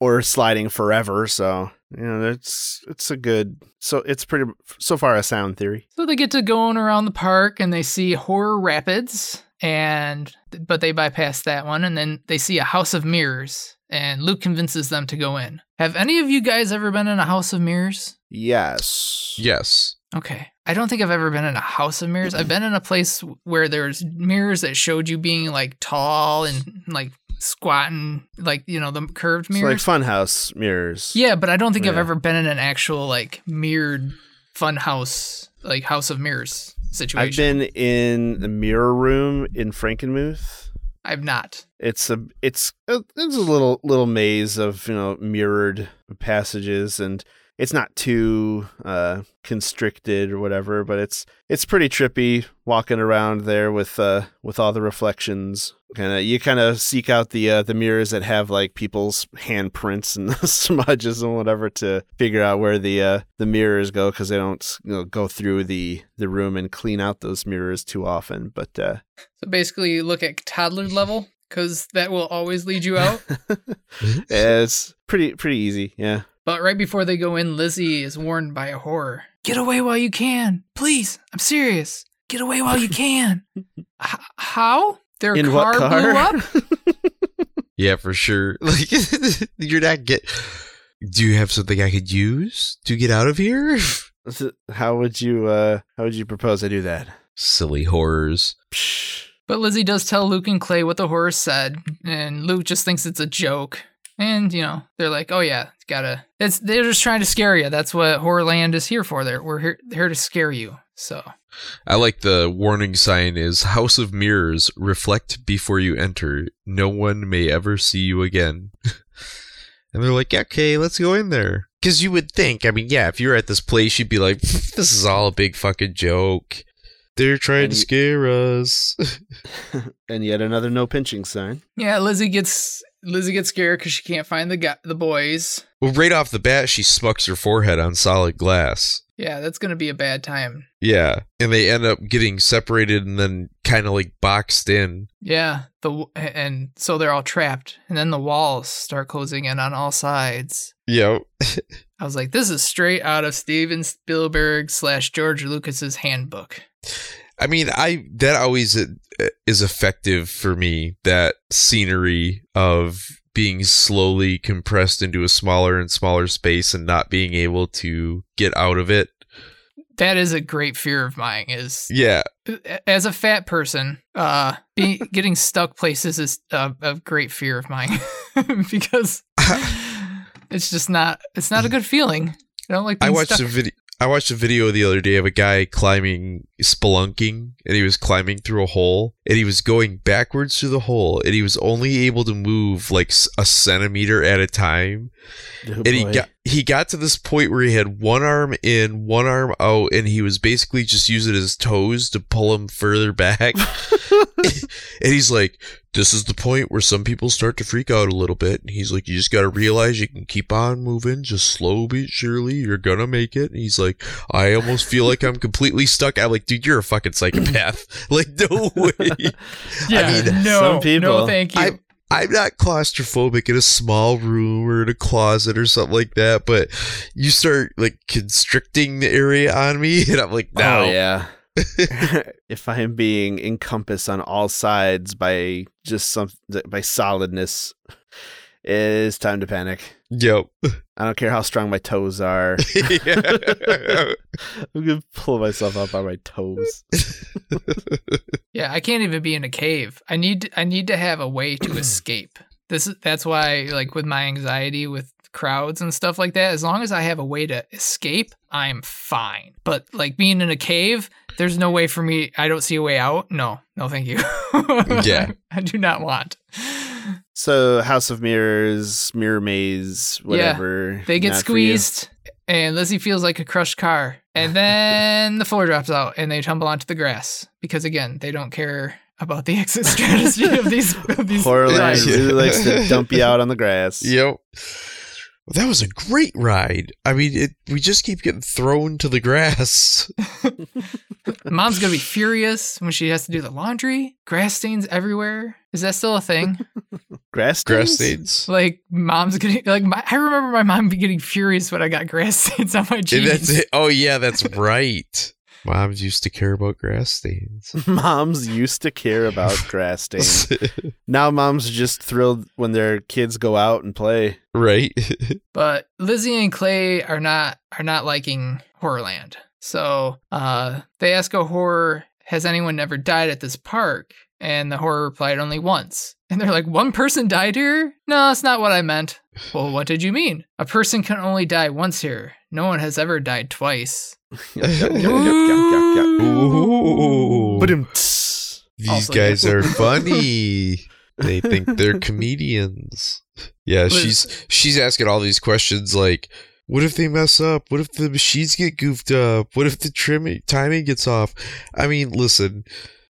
or sliding forever. So you know, it's it's a good. So it's pretty so far a sound theory.
So they get to going around the park and they see horror rapids, and but they bypass that one, and then they see a house of mirrors, and Luke convinces them to go in. Have any of you guys ever been in a house of mirrors?
Yes.
Yes.
Okay. I don't think I've ever been in a house of mirrors. I've been in a place where there's mirrors that showed you being like tall and like squatting, like, you know, the curved
It's like
mirrors.
funhouse mirrors.
yeah, but I don't think I've
Yeah.
ever been in an actual like mirrored fun house, like house of mirrors situation.
I've been in the mirror room in Frankenmuth.
I've not.
It's a it's a, it's a little little maze of you know mirrored passages and it's not too uh, constricted or whatever, but it's it's pretty trippy walking around there with uh, with all the reflections. Kind of you kind of seek out the uh, the mirrors that have like people's handprints and smudges and whatever to figure out where the uh, the mirrors go because they don't you know, go through the the room and clean out those mirrors too often. But uh,
So basically, you look at toddler level because that will always lead you out.
it's pretty pretty easy, yeah.
But right before they go in, Lizzie is warned by a horror. Get away while you can. Please. I'm serious. Get away while you can. H- how? Their
In
car,
what
blew up?
car?
Yeah, for sure. Like you're not get. Do you have something I could use to get out of here?
how would you uh, how would you propose I do that?
Silly horrors.
Psh.
But Lizzie does tell Luke and Clay what the horror said, and Luke just thinks it's a joke. And, you know, they're like, oh yeah, it's gotta. It's, they're just trying to scare you. That's what Horrorland is here for. They're, we're here, here to scare you. So,
I like the warning sign is House of Mirrors, reflect before you enter. No one may ever see you again. and they're like, okay, let's go in there. Because you would think, I mean, yeah, if you're at this place, you'd be like, this is all a big fucking joke. They're trying
And
to
you-
scare us.
and yet another no pinching sign.
yeah, Lizzie gets. Lizzie gets scared because she can't find the guy, the boys.
well, right off the bat, she smucks her forehead on solid glass.
Yeah, that's gonna be a bad time.
Yeah. And they end up getting separated and then kind of like boxed in.
Yeah, the w- and so they're all trapped, and then the walls start closing in on all sides.
Yep.
I was like, this is straight out of Steven Spielberg slash George Lucas's handbook.
I mean, I that always i- is effective for me. That scenery of being slowly compressed into a smaller and smaller space and not being able to get out of it.
That is a great fear of mine. Is
Yeah,
as a fat person, uh, being getting stuck places is a, a great fear of mine because it's just not it's not a good feeling. I don't like.
I
Being
watched
stuck.
a video. I watched a video the other day of a guy climbing, spelunking, and he was climbing through a hole, and he was going backwards through the hole, and he was only able to move like s- a centimeter at a time.
Oh,
and he got he got to this point where he had one arm in, one arm out, and he was basically just using his toes to pull him further back. and he's like, "This is the point where some people start to freak out a little bit." And he's like, "You just got to realize you can keep on moving, just slow but surely. You're gonna make it." And he's like, "I almost feel like I'm completely stuck." I'm like, "Dude, you're a fucking psychopath. like, no way."
yeah,
mean,
no,
some people-
no, thank you.
I- I'm not claustrophobic in a small room or in a closet or something like that, but you start like constricting the area on me, and I'm like,
Oh,
no,
yeah. if I am being encompassed on all sides by just some by solidness, it is time to panic.
yep,
I don't care how strong my toes are. I'm gonna pull myself up by my toes.
Yeah, I can't even be in a cave. I need I need to have a way to escape. This is that's why like with my anxiety with crowds and stuff like that, as long as I have a way to escape, I'm fine. But like being in a cave, there's no way for me. I don't see a way out. No. No, thank you.
Yeah.
I do not want.
So House of Mirrors, Mirror Maze, whatever.
They get
not for you.
squeezed and Lizzie feels like a crushed car. And then the floor drops out and they tumble onto the grass because again, they don't care about the exit strategy of these of these
Horrorland
rides.
really likes to dump you out on the grass.
yep. Well, that was a great ride. I mean, it, we just keep getting thrown to the grass.
Mom's gonna be furious when she has to do the laundry. Grass stains everywhere. Is that still a thing?
Grass
Grass
stains?
stains.
like mom's gonna like my, I remember my mom getting furious when I got grass stains on my
And
jeans.
that's it. Oh yeah, that's right. Moms used to care about grass stains.
Moms used to care about grass stains. Now moms are just thrilled when their kids go out and play.
right.
But Lizzie and Clay are not are not liking Horrorland. So uh, they ask a horror, "Has anyone ever died at this park?" And the horror replied, "Only once." And they're like, "One person died here? No, that's not what I meant." Well, what did you mean? A person can only die once here. No one has ever died twice.
Yup, yup, yup, yup, yup, yup.
Ooh.
Ba-dum-ts.
These
Also,
guys
yeah.
are funny. they think they're comedians. Yeah, she's she's asking all these questions like what if they mess up? What if the machines get goofed up? What if the trimming timing gets off? I mean, listen,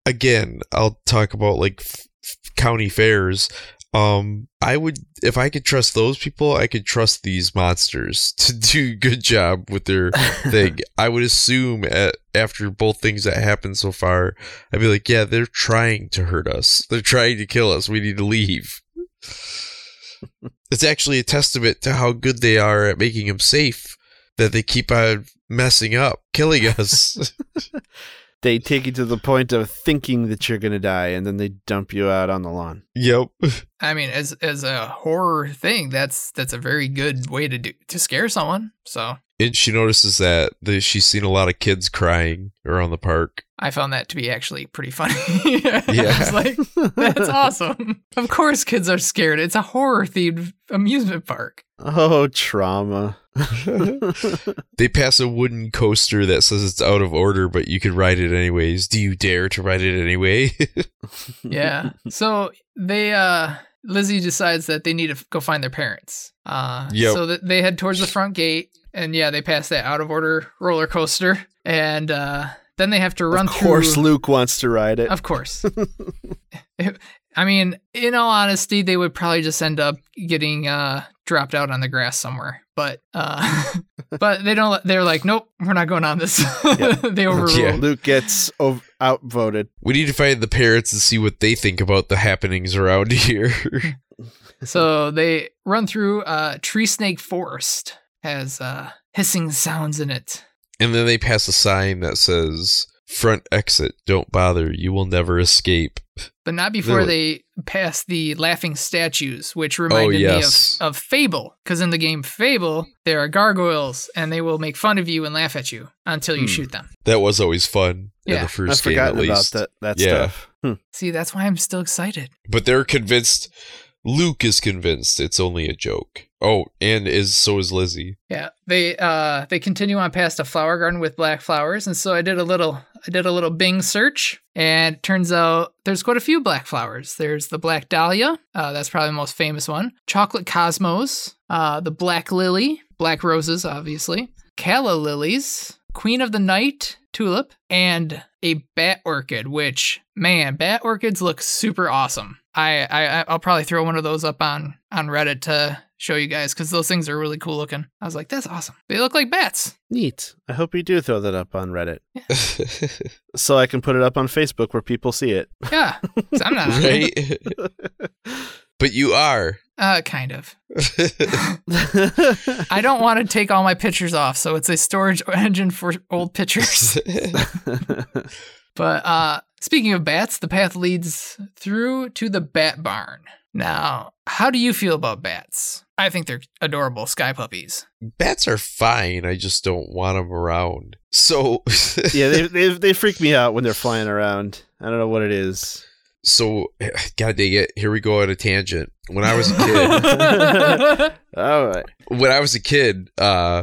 again, I'll talk about like f- f- county fairs. Um, I would if I could trust those people, I could trust these monsters to do a good job with their thing. I would assume at, after both things that happened so far, I'd be like, yeah, they're trying to hurt us. They're trying to kill us. We need to leave. it's actually a testament to how good they are at making him safe that they keep on messing up, killing us.
They take you to the point of thinking that you're going to die, and then they dump you out on the lawn.
yep.
I mean, as as a horror thing, that's that's a very good way to do to scare someone. So
And she notices that, that she's seen a lot of kids crying around the park.
I found that to be actually pretty funny. yeah. I
Yeah.
was like, that's awesome. Of course, kids are scared. It's a horror themed amusement park.
Oh, trauma.
They pass a wooden coaster that says it's out of order, but you could ride it anyways. Do you dare to ride it anyway?
Yeah. so they, uh, Lizzie decides that they need to f- go find their parents. Uh,
Yep.
So that they head towards the front gate, and yeah, they pass that out of order roller coaster, and uh, then they have to run
of course,
through.
Luke wants to ride it.
Of course. I mean, in all honesty, they would probably just end up getting uh, dropped out on the grass somewhere. But uh, but they don't. They're like, nope, we're not going on this. they overruled.
Yeah.
Luke gets ov- outvoted.
we need to find the parents and see what they think about the happenings around here.
So they run through uh, Tree Snake Forest has uh, hissing sounds in it.
and then they pass a sign that says, Front exit, don't bother, you will never escape.
But not before they pass the laughing statues, which reminded
Oh, yes.
me of, of Fable. Because in the game Fable, there are gargoyles and they will make fun of you and laugh at you until you
Hmm.
shoot them.
That was always fun in
Yeah.
the
I've
first game, at
forgotten about
least.
that, that
Yeah.
stuff. Hmm.
See, that's why I'm still excited.
But they're convinced. Luke is convinced it's only a joke. Oh, and is so is Lizzie.
Yeah, they uh they continue on past a flower garden with black flowers, and so I did a little I did a little Bing search, and it turns out there's quite a few black flowers. There's the black dahlia, uh, that's probably the most famous one. Chocolate cosmos, uh, the black lily, black roses, obviously, calla lilies, queen of the night tulip, and a bat orchid. Which man, bat orchids look super awesome. I, I I'll probably throw one of those up on on Reddit to show you guys because those things are really cool looking. I was like, that's awesome. They look like bats.
Neat. I hope you do throw that up on Reddit so I can put it up on Facebook where people see it.
Yeah, 'Cause I'm not on it.
right? but you are.
Uh, kind of. I don't want to take all my pictures off, so it's a storage engine for old pictures. But uh, speaking of bats, the path leads through to the bat barn. Now, how do you feel about bats? I think they're adorable sky puppies.
Bats are fine. I just don't want them around. So
yeah, they, they they freak me out when they're flying around. I don't know what it is.
so eh, god dang it here we go on a tangent when i was a kid
kid. All right.
when i was a kid uh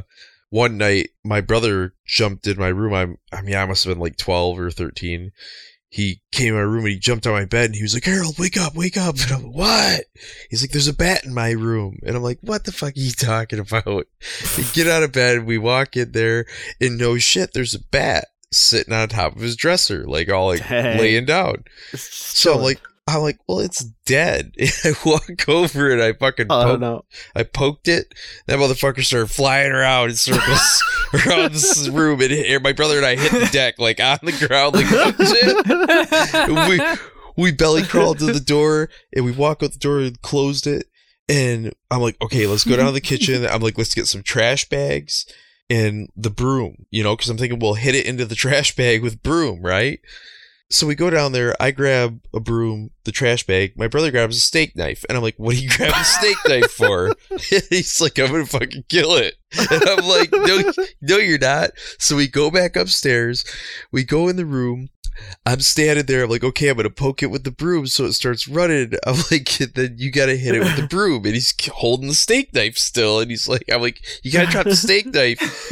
one night my brother jumped in my room I'm, i mean i must have been like 12 or 13 he came in my room and he jumped on my bed and he was like harold wake up wake up and i'm like what he's like there's a bat in my room and i'm like what the fuck are you talking about we get out of bed we walk in there and no shit there's a bat sitting on top of his dresser like all like
Dang.
laying down so I'm like, I'm like, well, it's dead. And I walk over and I fucking
Oh, I don't
poke,
know.
I poked it. That motherfucker started flying around in circles around this room, and, hit- and my brother and I hit the deck like on the ground, like oh, shit. And we we belly crawled to the door and we walk out the door and closed it. And I'm like, okay, let's go down to the kitchen. I'm like, let's get some trash bags and the broom, you know, because I'm thinking we'll hit it into the trash bag with broom, right? So we go down there. I grab a broom, the trash bag. My brother grabs a steak knife, and I'm like, "What do you grab a steak knife for?" He's like, "I'm gonna fucking kill it." And I'm like, "No, no, you're not." So we go back upstairs. We go in the room. I'm standing there. I'm like, okay, I'm gonna poke it with the broom so it starts running. I'm like, then you gotta hit it with the broom, and he's holding the steak knife still, and he's like, I'm like, you gotta drop the steak knife.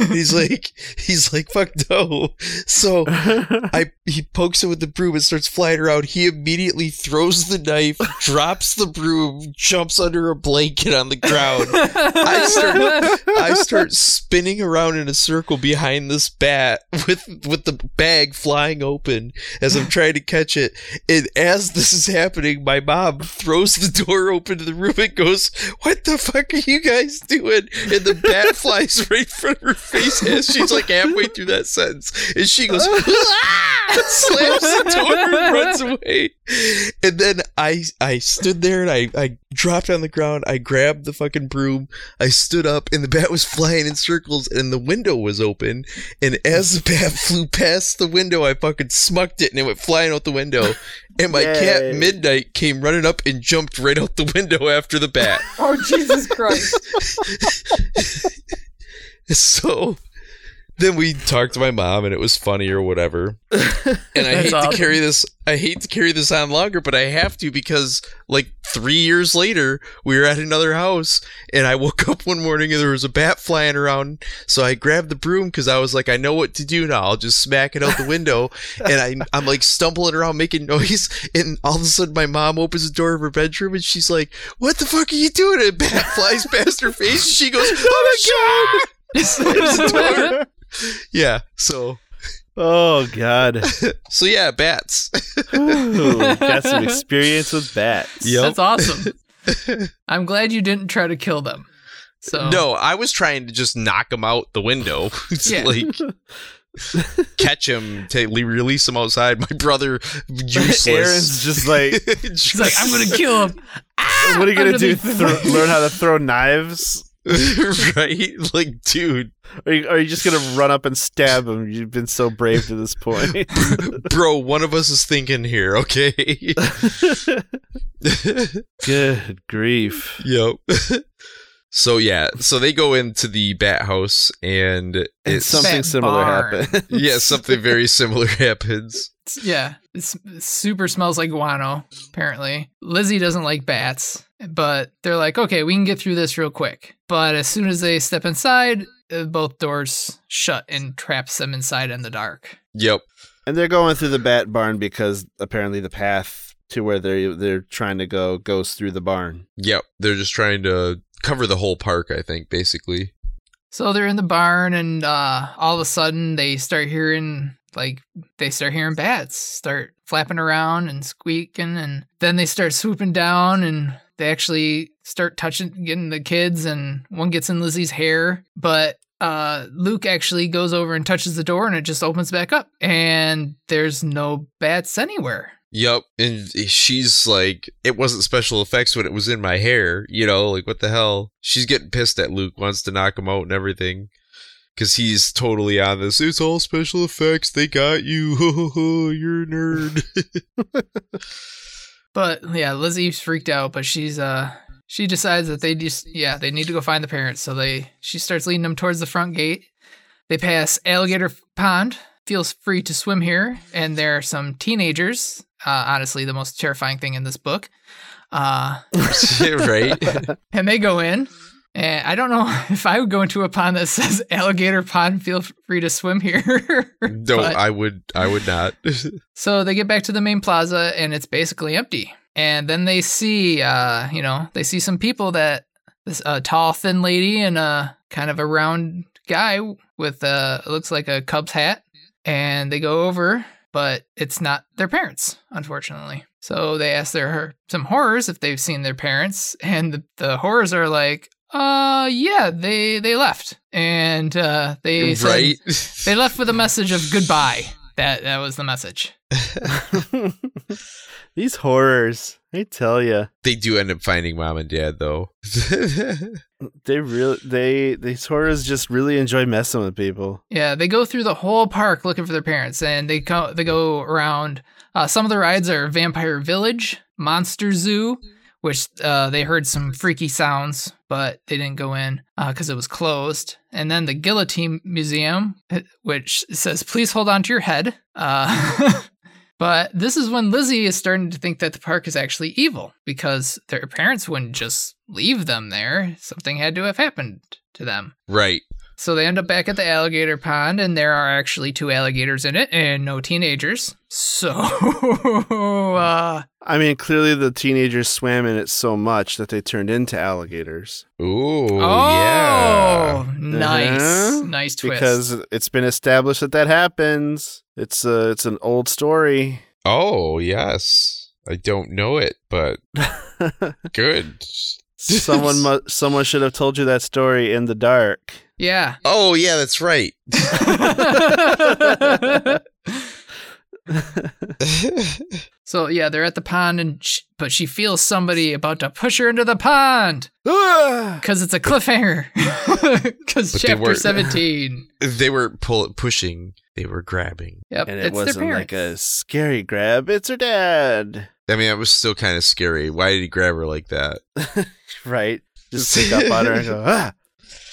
And he's like, he's like, fuck no. So I he pokes it with the broom and starts flying around. He immediately throws the knife, drops the broom, jumps under a blanket on the ground. I start, I start spinning around in a circle behind this bat with with the bag flying open as I'm trying to catch it. And as this is happening, my mom throws the door open to the room and goes, "What the fuck are you guys doing?" And the bat flies right in front of her face as she's like halfway through that sentence, and she goes, "Ah!" slams the door and runs away. And then I I stood there and I I dropped on the ground. I grabbed the fucking broom. I stood up and the bat was flying in circles and the window was open. And as the bat flew past the window, I fucking smucked it and it went flying out the window. And my cat
Yay.
Midnight came running up and jumped right out the window after the bat.
Oh Jesus Christ!
so then we talked to my mom and it was funny or whatever. And I
That's
hate to
awesome.
carry this I hate to carry this on longer, but I have to because like 3 years later, we were at another house and I woke up one morning and there was a bat flying around. So I grabbed the broom cuz I was like I know what to do now. I'll just smack it out the window and I I'm like stumbling around making noise and all of a sudden my mom opens the door of her bedroom and she's like, "What the fuck are you doing?" And a bat flies past her face. And she goes, "Oh my god!" slams the door. Yeah. So
oh God.
so yeah, bats.
Ooh, got some experience with bats.
Yep.
That's awesome. I'm glad you didn't try to kill them. So
No, I was trying to just knock them out the window. It's
Yeah.
Like catch him, take, le- release him outside. My brother useless.
Aaron's just like,
He's like, I'm gonna kill him. Ah,
what are you gonna
under
do?
the-
Thro- learn how to throw knives?
right? Like, dude,
Or are you, are you just gonna run up and stab him? You've been so brave to this point.
bro, one of us is thinking here, okay?
Good grief.
yep. So yeah, so they go into the bat house and it's
And something
Bat
similar
barn.
happened.
yeah, something very similar happens.
yeah, it's, it super smells like guano. Apparently, Lizzie doesn't like bats, but they're like, okay, we can get through this real quick. But as soon as they step inside, uh, both doors shut and traps them inside in the dark.
Yep.
And they're going through the bat barn because apparently the path to where they're they're trying to go goes through the barn.
Yep. They're just trying to cover the whole park, I think, basically.
So they're in the barn, and uh, all of a sudden they start hearing like they start hearing bats start flapping around and squeaking, and then they start swooping down, and they actually start touching, getting the kids, and one gets in Lizzie's hair, but. Uh, Luke actually goes over and touches the door, and it just opens back up, and there's no bats anywhere.
Yep. And she's like, it wasn't special effects when it was in my hair, you know, like what the hell? She's getting pissed at Luke, wants to knock him out and everything. Cause he's totally on this. It's all special effects. They got you. Ho, ho, ho, You're a nerd.
But yeah, Lizzie's freaked out, but she's uh she decides that they just yeah, they need to go find the parents. So they she starts leading them towards the front gate. They pass Alligator Pond. Feels free to swim here, and there are some teenagers. Uh, honestly, the most terrifying thing in this book. Uh,
right?
and they go in. And I don't know if I would go into a pond that says Alligator Pond. Feel free to swim here.
No,
But-
I would I would not.
so they get back to the main plaza and it's basically empty. And then they see, uh, you know, they see some people that this uh, tall, thin lady and a kind of a round guy with uh, it looks like a Cubs hat. And they go over, but it's not their parents, unfortunately. So they ask their some horrors if they've seen their parents, and the, the horrors are like, uh, yeah, they they left, and uh, they said-
right?
they left with a message of goodbye. That that was the message.
These horrors, I tell you,
They do end up finding mom and dad though.
they really they these horrors just really enjoy messing with people.
Yeah, they go through the whole park looking for their parents, and they go they go around. Uh, some of the rides are Vampire Village, Monster Zoo, which uh, they heard some freaky sounds, but they didn't go in because it was closed. And then the eh, Guillotine Museum, which says, "Please hold on to your head." Uh, But this is when Lizzie is starting to think that the park is actually evil because their parents wouldn't just leave them there. Something had to have happened to them.
Right.
So they end up back at the alligator pond, and there are actually two alligators in it and no teenagers. So, uh,
I mean, clearly the teenagers swam in it so much that they turned into alligators
Ooh.
oh,
Yeah.
nice,
Uh-huh.
nice twist.
because it's been established that that happens. It's uh, it's an old story.
Oh yes. I don't know it, but good.
someone mu- someone should have told you that story in the dark.
yeah.
Oh yeah, that's right.
so yeah, they're at the pond, and sh but she feels somebody about to push her into the pond
Ah!
because it's a cliffhanger. Because
But they
chapter
weren't.
seventeen.
they were pull- pushing. They were grabbing.
Yep,
and
it's
it wasn't
their
like a
parents.
scary grab. It's her dad,
I mean, that was still kind of scary. Why did he grab her like that?
right? Just pick up on her and go, ah,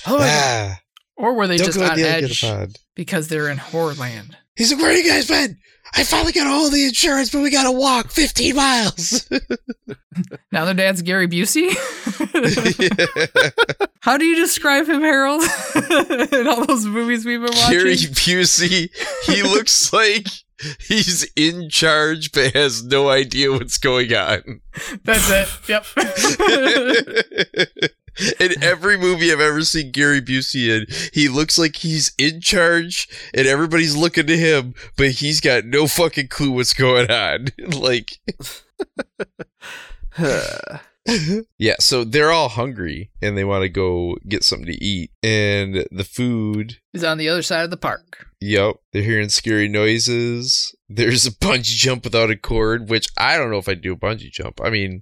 oh my God.
or were they just on edge
pod.
because they're in Horrorland?
He's like, "Where you guys been? I finally got all the insurance, but we gotta walk 15 miles."
Now their dad's Gary Busey. How do you describe him, Harold? in all those movies we've been watching.
Gary Busey. He looks like he's in charge, but has no idea what's going on.
That's it. Yep.
in every movie I've ever seen Gary Busey in, he looks like he's in charge, and everybody's looking to him, but he's got no fucking clue what's going on. like, Yeah, so they're all hungry and they want to go get something to eat. And the food,
He's on the other side of the park.
yep, they're hearing scary noises. There's a bungee jump without a cord, which I don't know if I'd do a bungee jump. I mean,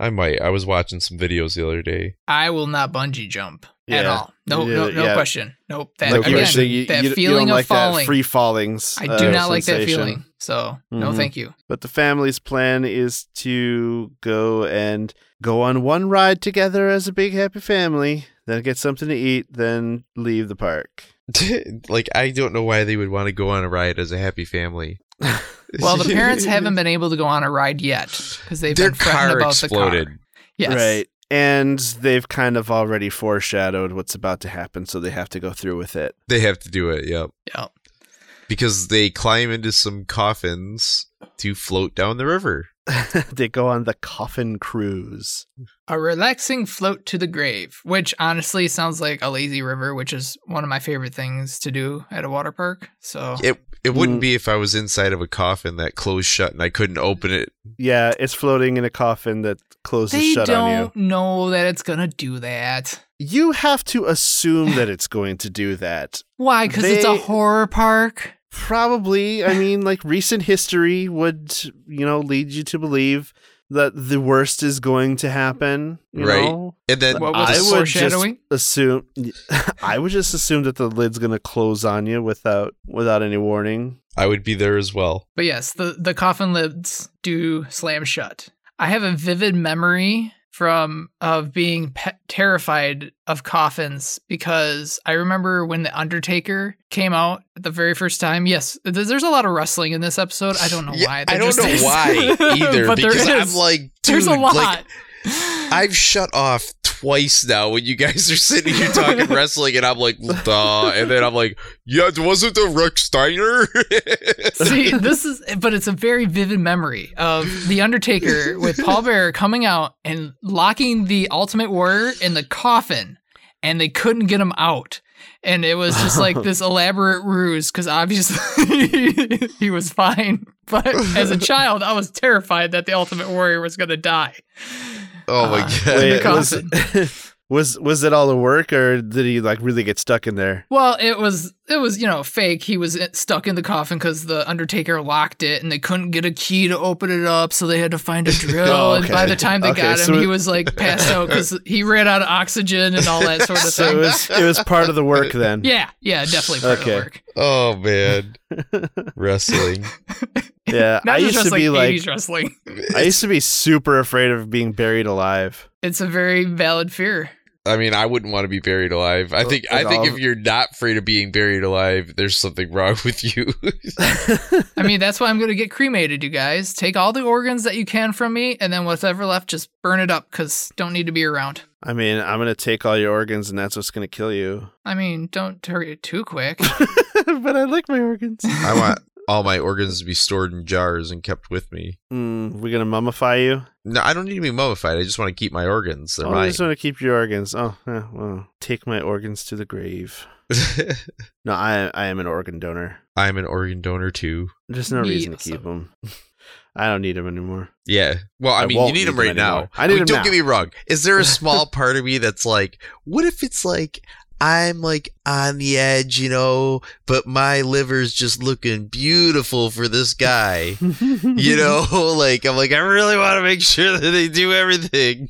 I might. I was watching some videos the other day.
I will not bungee jump at
Yeah.
all. No,
Yeah,
no, no
yeah.
question. Nope. That
Like you were
again,
saying, you-
that
you- you
feeling
don't
of
like that
falling.
free fallings.
I do
uh,
not like that
sensation.
feeling. So no,
Mhm.
thank you.
But the family's plan is to go and go on one ride together as a big happy family, then get something to eat, then leave the park.
like, I don't know why they would want to go on a ride as a happy family.
Well, the parents haven't been able to go on a ride yet because they've
Their
been fretting
car
about
exploded.
the car. Yes.
Right. And they've kind of already foreshadowed what's about to happen, so they have to go through with it.
They have to do it, yep.
Yep.
Because they climb into some coffins to float down the river.
they go on the coffin cruise.
A relaxing float to the grave, which honestly sounds like a lazy river, which is one of my favorite things to do at a water park. So
It it wouldn't
Mm.
be if I was inside of a coffin that closed shut and I couldn't open it.
Yeah, it's floating in a coffin that closes
they
shut on you.
don't know that it's gonna do that.
You have to assume that it's going to do that.
Why? Because it's a
They-
horror park.
Probably. I mean, like recent history would, you know, lead you to believe that the worst is going to happen. You
Right.
know?
And then
What was
I
it,
would
foreshadowing?
Assume I would just assume that the lid's gonna close on you without without any warning.
I would be there as well.
But yes, the, the coffin lids do slam shut. I have a vivid memory from of being pe- terrified of coffins because I remember when the Undertaker came out the very first time. Yes, th- there's a lot of wrestling in this episode. I don't know
Yeah,
why.
I
There
don't
just
know
is.
why either
but there
because
is.
I'm like, dude,
there's a lot.
like I've shut off twice now when you guys are sitting here talking wrestling and I'm like, duh. And then I'm like, yeah, wasn't the Rick Steiner?
See, this is, but it's a very vivid memory of The Undertaker with Paul Bearer coming out and locking the Ultimate Warrior in the coffin, and they couldn't get him out. And it was just like this elaborate ruse because obviously he was fine. But as a child, I was terrified that the Ultimate Warrior was going to die.
oh my
Uh,
god.
Wait,
the
was, was was it all a work or did he like really get stuck in there?
Well, it was it was you know fake. He was uh, stuck in the coffin because the Undertaker locked it, and they couldn't get a key to open it up, so they had to find a drill.
Oh,
And by
okay.
the time they
Okay,
got him,
so
he
it-
was like passed out because he ran out of oxygen and all that sort of
So it
thing.
was it was part of the work then.
yeah, yeah, definitely part
Okay.
of the work.
Oh man. wrestling.
Yeah,
Not
I
just
used to
wrestling,
be like
80s wrestling.
I used to be super afraid of being buried alive.
It's a very valid fear.
I mean, I wouldn't want to be buried alive. I
Well,
think I
it
think
all-
if you're not afraid of being buried alive, there's something wrong with you.
I mean, that's why I'm going to get cremated, you guys. Take all the organs that you can from me, and then whatever left, just burn it up because don't need to be around.
I mean, I'm gonna take all your organs, and that's what's gonna kill you.
I mean, don't hurry it too quick.
but I like my organs.
I want all my organs to be stored in jars and kept with me.
Mm, we gonna mummify you?
No, I don't need to be mummified. I just want to keep my organs. They're
Oh, I
mine.
just want to keep your organs. Oh, yeah, well, take my organs to the grave. No, I I am an organ donor.
I'm an organ donor too.
There's no
Me
reason to
also.
keep them. I don't need them anymore.
Yeah. Well, I,
I
mean, you
won't
need
need
them
them
right now.
anymore. I need
Like,
'em
don't
now.
get me wrong. Is there a small part of me that's like, what if it's like I'm like on the edge, you know, but my liver's just looking beautiful for this guy. You know, like I'm like I really want to make sure that they do everything.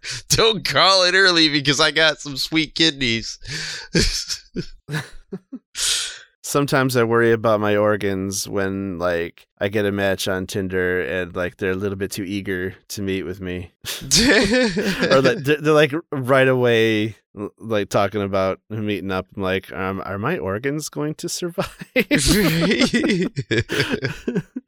Don't call it early because I got some sweet kidneys.
Sometimes I worry about my organs when like I get a match on Tinder and like they're a little bit too eager to meet with me, or like they're, they're like right away l- like talking about meeting up. I'm like, um, are my organs going to survive?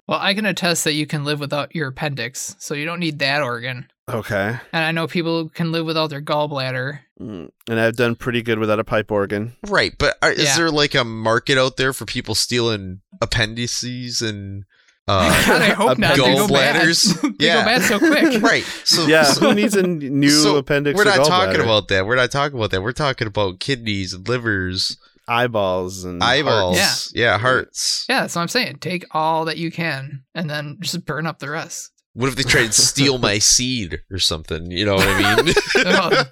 well, I can attest that you can live without your appendix, so you don't need that organ.
okay.
And I know people can live without their gallbladder.
Mm, And I've done pretty good without a pipe organ.
Right, but are, is
Yeah.
there like a market out there for people stealing appendices and uh,
God, I hope not. They go bad.
Gallbladders?
they
Yeah.
go bad so quick.
right? So,
yeah,
so
who needs a n- new
so
appendix?
we're
or
not talking
gallbladder?
about that. We're not talking about that. We're talking about kidneys and livers,
eyeballs and
eyeballs,
hearts.
yeah, hearts.
Yeah, that's what I'm saying. Take all that you can, and then just burn up the rest.
What if they tried to steal my seed or something? You know what I mean?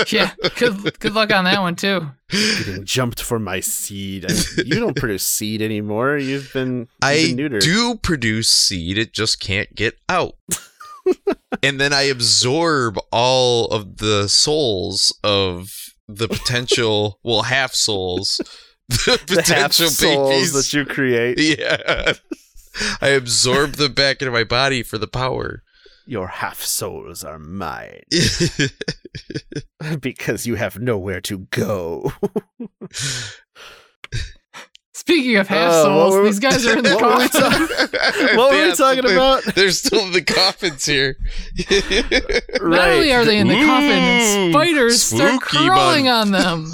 Oh, yeah, good, good luck on that one too.
Getting jumped for my seed. I- you don't produce seed anymore. You've been, you've
I
been neutered.
do produce seed, it just can't get out. and then I absorb all of the souls of the potential, well, half souls, the
the half
potential
souls
babies.
that you create.
yeah. I absorb them back into my body for the power.
Your half souls are mine because you have nowhere to go.
Speaking of half
Uh, what
souls,
were-
these guys are in the
what were we
comments.
talking- what were we talking about?
There's still in the coffins here.
Not only are they in the coffin,
Mm,
Ooh,
spiders start
spooky
crawling on them.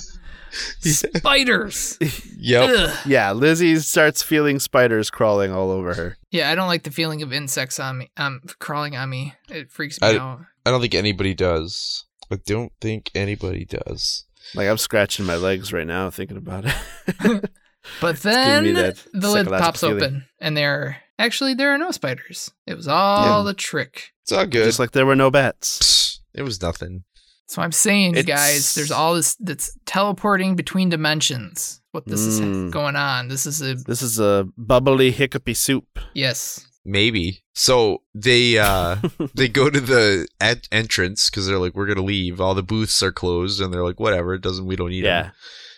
Spiders.
yep.
Ugh.
Yeah, Lizzie starts feeling spiders crawling all over her.
Yeah, I don't like the feeling of insects on me. Um, crawling on me. It freaks me
I-
out.
I don't think anybody does. I don't think anybody does.
Like I'm scratching my legs right now thinking about it.
But
giving me
then
that
the lid
psychological
pops
feeling.
open, and there actually there are no spiders. It was all the trick.
It's all good.
Just like there were no bats.
Psst, it was nothing.
So I'm saying, you
It's-
guys, there's all this that's teleporting between dimensions. What this
Mm.
is going on? This is a
This is a bubbly hiccupy soup.
yes.
Maybe. So they uh they go to the at- entrance because they're like, we're gonna leave. All the booths are closed, and they're like, whatever. It doesn't. We don't need
Yeah.
them.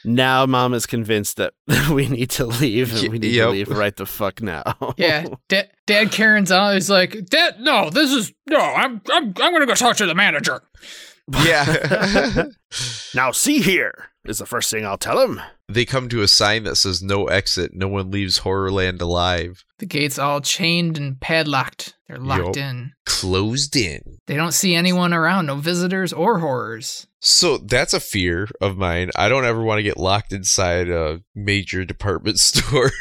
Now mom is convinced that we need to leave and
Y-
we need
yep.
to leave right the fuck now.
Yeah, da- Dad Karen's on. He's like, Dad, no, this is no. I'm I'm I'm gonna go talk to the manager.
Yeah.
now see here is the first thing I'll tell him.
they come to a sign that says "No exit. No one leaves Horrorland alive."
The gates all chained and padlocked. They're locked
Yup.
in.
Closed in.
They don't see anyone around. No visitors or horrors.
So that's a fear of mine. I don't ever want to get locked inside a major department store.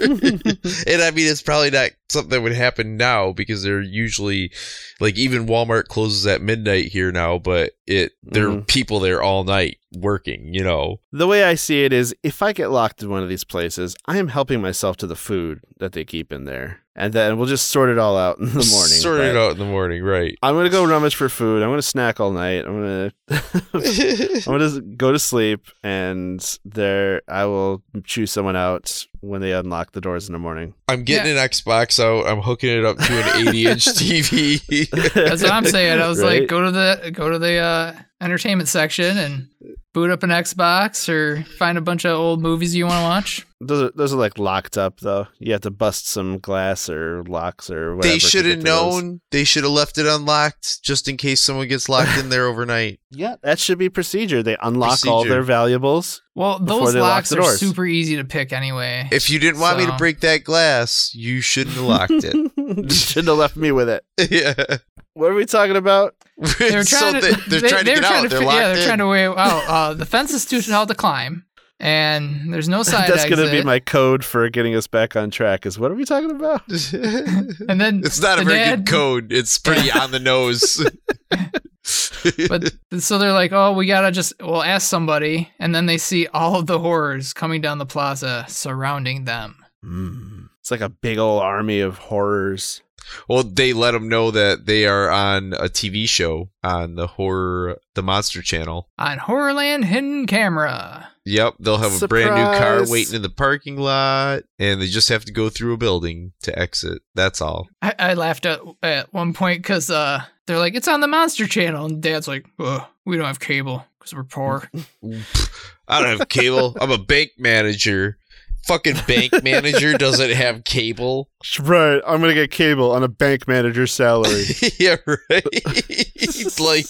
and I mean, it's probably not something that would happen now because they're usually like even Walmart closes at midnight here now, but it there are
Mhm.
people there all night working, you know.
The way I see it is if I get locked in one of these places, I am helping myself to the food that they keep in there. And then we'll just sort it all out in the morning.
Sort it
but
out in the morning, right?
I'm gonna go rummage for food. I'm gonna snack all night. I'm gonna I'm gonna s- go to sleep, and there I will choose someone out when they unlock the doors in the morning.
I'm getting an Xbox out. I'm hooking it up to an 80 inch TV.
That's what I'm saying. I was
Right?
like, go to the go to the uh, entertainment section and boot up an Xbox or find a bunch of old movies you want to watch.
Those are those are like locked up though. You have to bust some glass or locks or whatever.
They
to
should have
get to those.
known. They should have left it unlocked just in case someone gets locked in there overnight.
Yeah, that should be procedure. They unlock all
Procedure.
their valuables.
Well,
Before
those
they lock
locks
the
are
doors.
super easy to pick anyway.
If you didn't want me to
So-
break that glass, you shouldn't have locked it.
You Shouldn't have left me with it.
yeah.
What are we talking about?
They're
so
trying to,
they, they're trying to
they were
get out.
to
they're
fi-
locked
yeah, they're
in.
trying to way out. Uh, the fence is too tall to climb, and there's no side
That's
exit.
going to be my code for getting us back on track. Is what are we talking about?
And then
it's not a
the
very
dad,
good code. It's pretty on the nose.
But so they're like, oh, we gotta just well ask somebody, and then they see all of the horrors coming down the plaza surrounding them.
Hmm.
It's like a big old army of horrors.
well, they let them know that they are on a TV show on the horror, the monster channel.
On Horrorland Hidden Camera.
Yep, they'll have a brand new car
Surprise.
waiting in the parking lot, and they just have to go through a building to exit. That's all.
I, I laughed at, at one point because uh, they're like, it's on the Monster Channel. And Dad's like, Ugh, we don't have cable because we're poor.
I don't have cable. I'm a bank manager. Fucking bank manager doesn't have cable.
Right, I'm going to get cable on a bank manager's salary.
yeah, right. It's like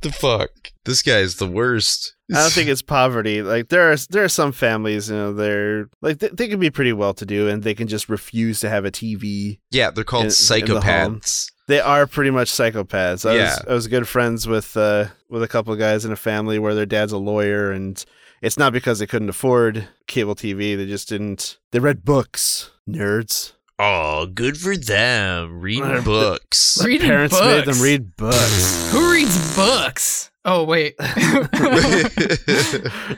the fuck. This guy is the worst.
I don't think it's poverty. Like there are there are some families, you know, they're like they, they can be pretty well to do and they can just refuse to have a TV.
Yeah, they're called
in- in the
psychopaths.
They are pretty much psychopaths. I
Yeah.
was I was good friends with uh with a couple of guys in a family where their dad's a lawyer and it's not because they couldn't afford cable TV, they just didn't they read books. Nerds.
Oh, good for them.
Uh,
Read books.
Reading
Parents
books.
made them read books.
Who reads books? Oh, wait. I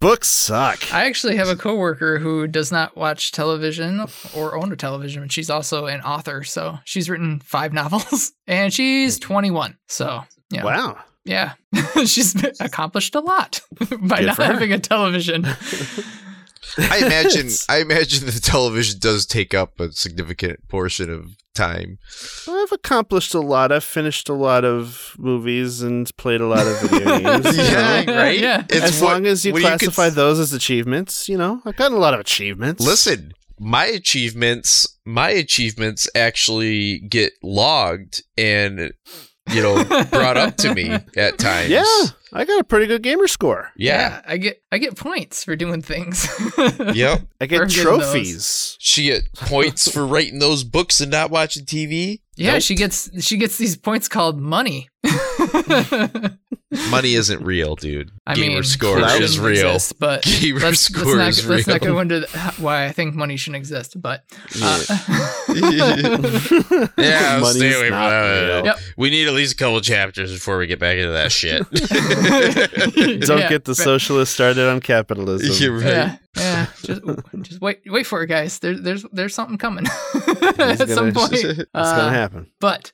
books suck.
actually have a coworker who does not watch television or own a television, but she's also an author. So she's written five novels and
Hmm.
she's 21. So, you know,
Wow.
yeah, she's accomplished a lot by
Good
not
for her.
having a television.
I imagine I imagine the television does take up a significant portion of time.
I've accomplished a lot. I've finished a lot of movies and played a lot of video games. you know?
Yeah, right?
Yeah.
It's
as
what-
long as you
what cons-
classify those as achievements, you know, I've gotten a lot of achievements.
Listen, my achievements, my achievements actually get logged and you know brought up to me at times.
yeah, I got a pretty good gamer score.
Yeah.
I get I get points for doing things.
Yep.
I get
Or getting
trophies.
She get points for writing those books and not watching TV.
Yeah,
Nope.
she gets she gets these points called money.
money isn't real, dude.
I
Gamer
mean,
score
it
is
shouldn't
real.
exist, but
Gamer
let's,
score
let's
is
not, let's not
real.
go into th- why I think money shouldn't exist, but uh,
Yeah,
Money's
stay away from
not
that.
real.
Yep.
We need at least a couple chapters before we get back into that shit.
Don't
Yeah,
get the
but-
socialists started on capitalism.
You're right.
Yeah, yeah. Just, just wait, wait for it, guys. There's there's there's something coming
It's
at some
gonna-
point.
it's
Uh,
gonna happen.
But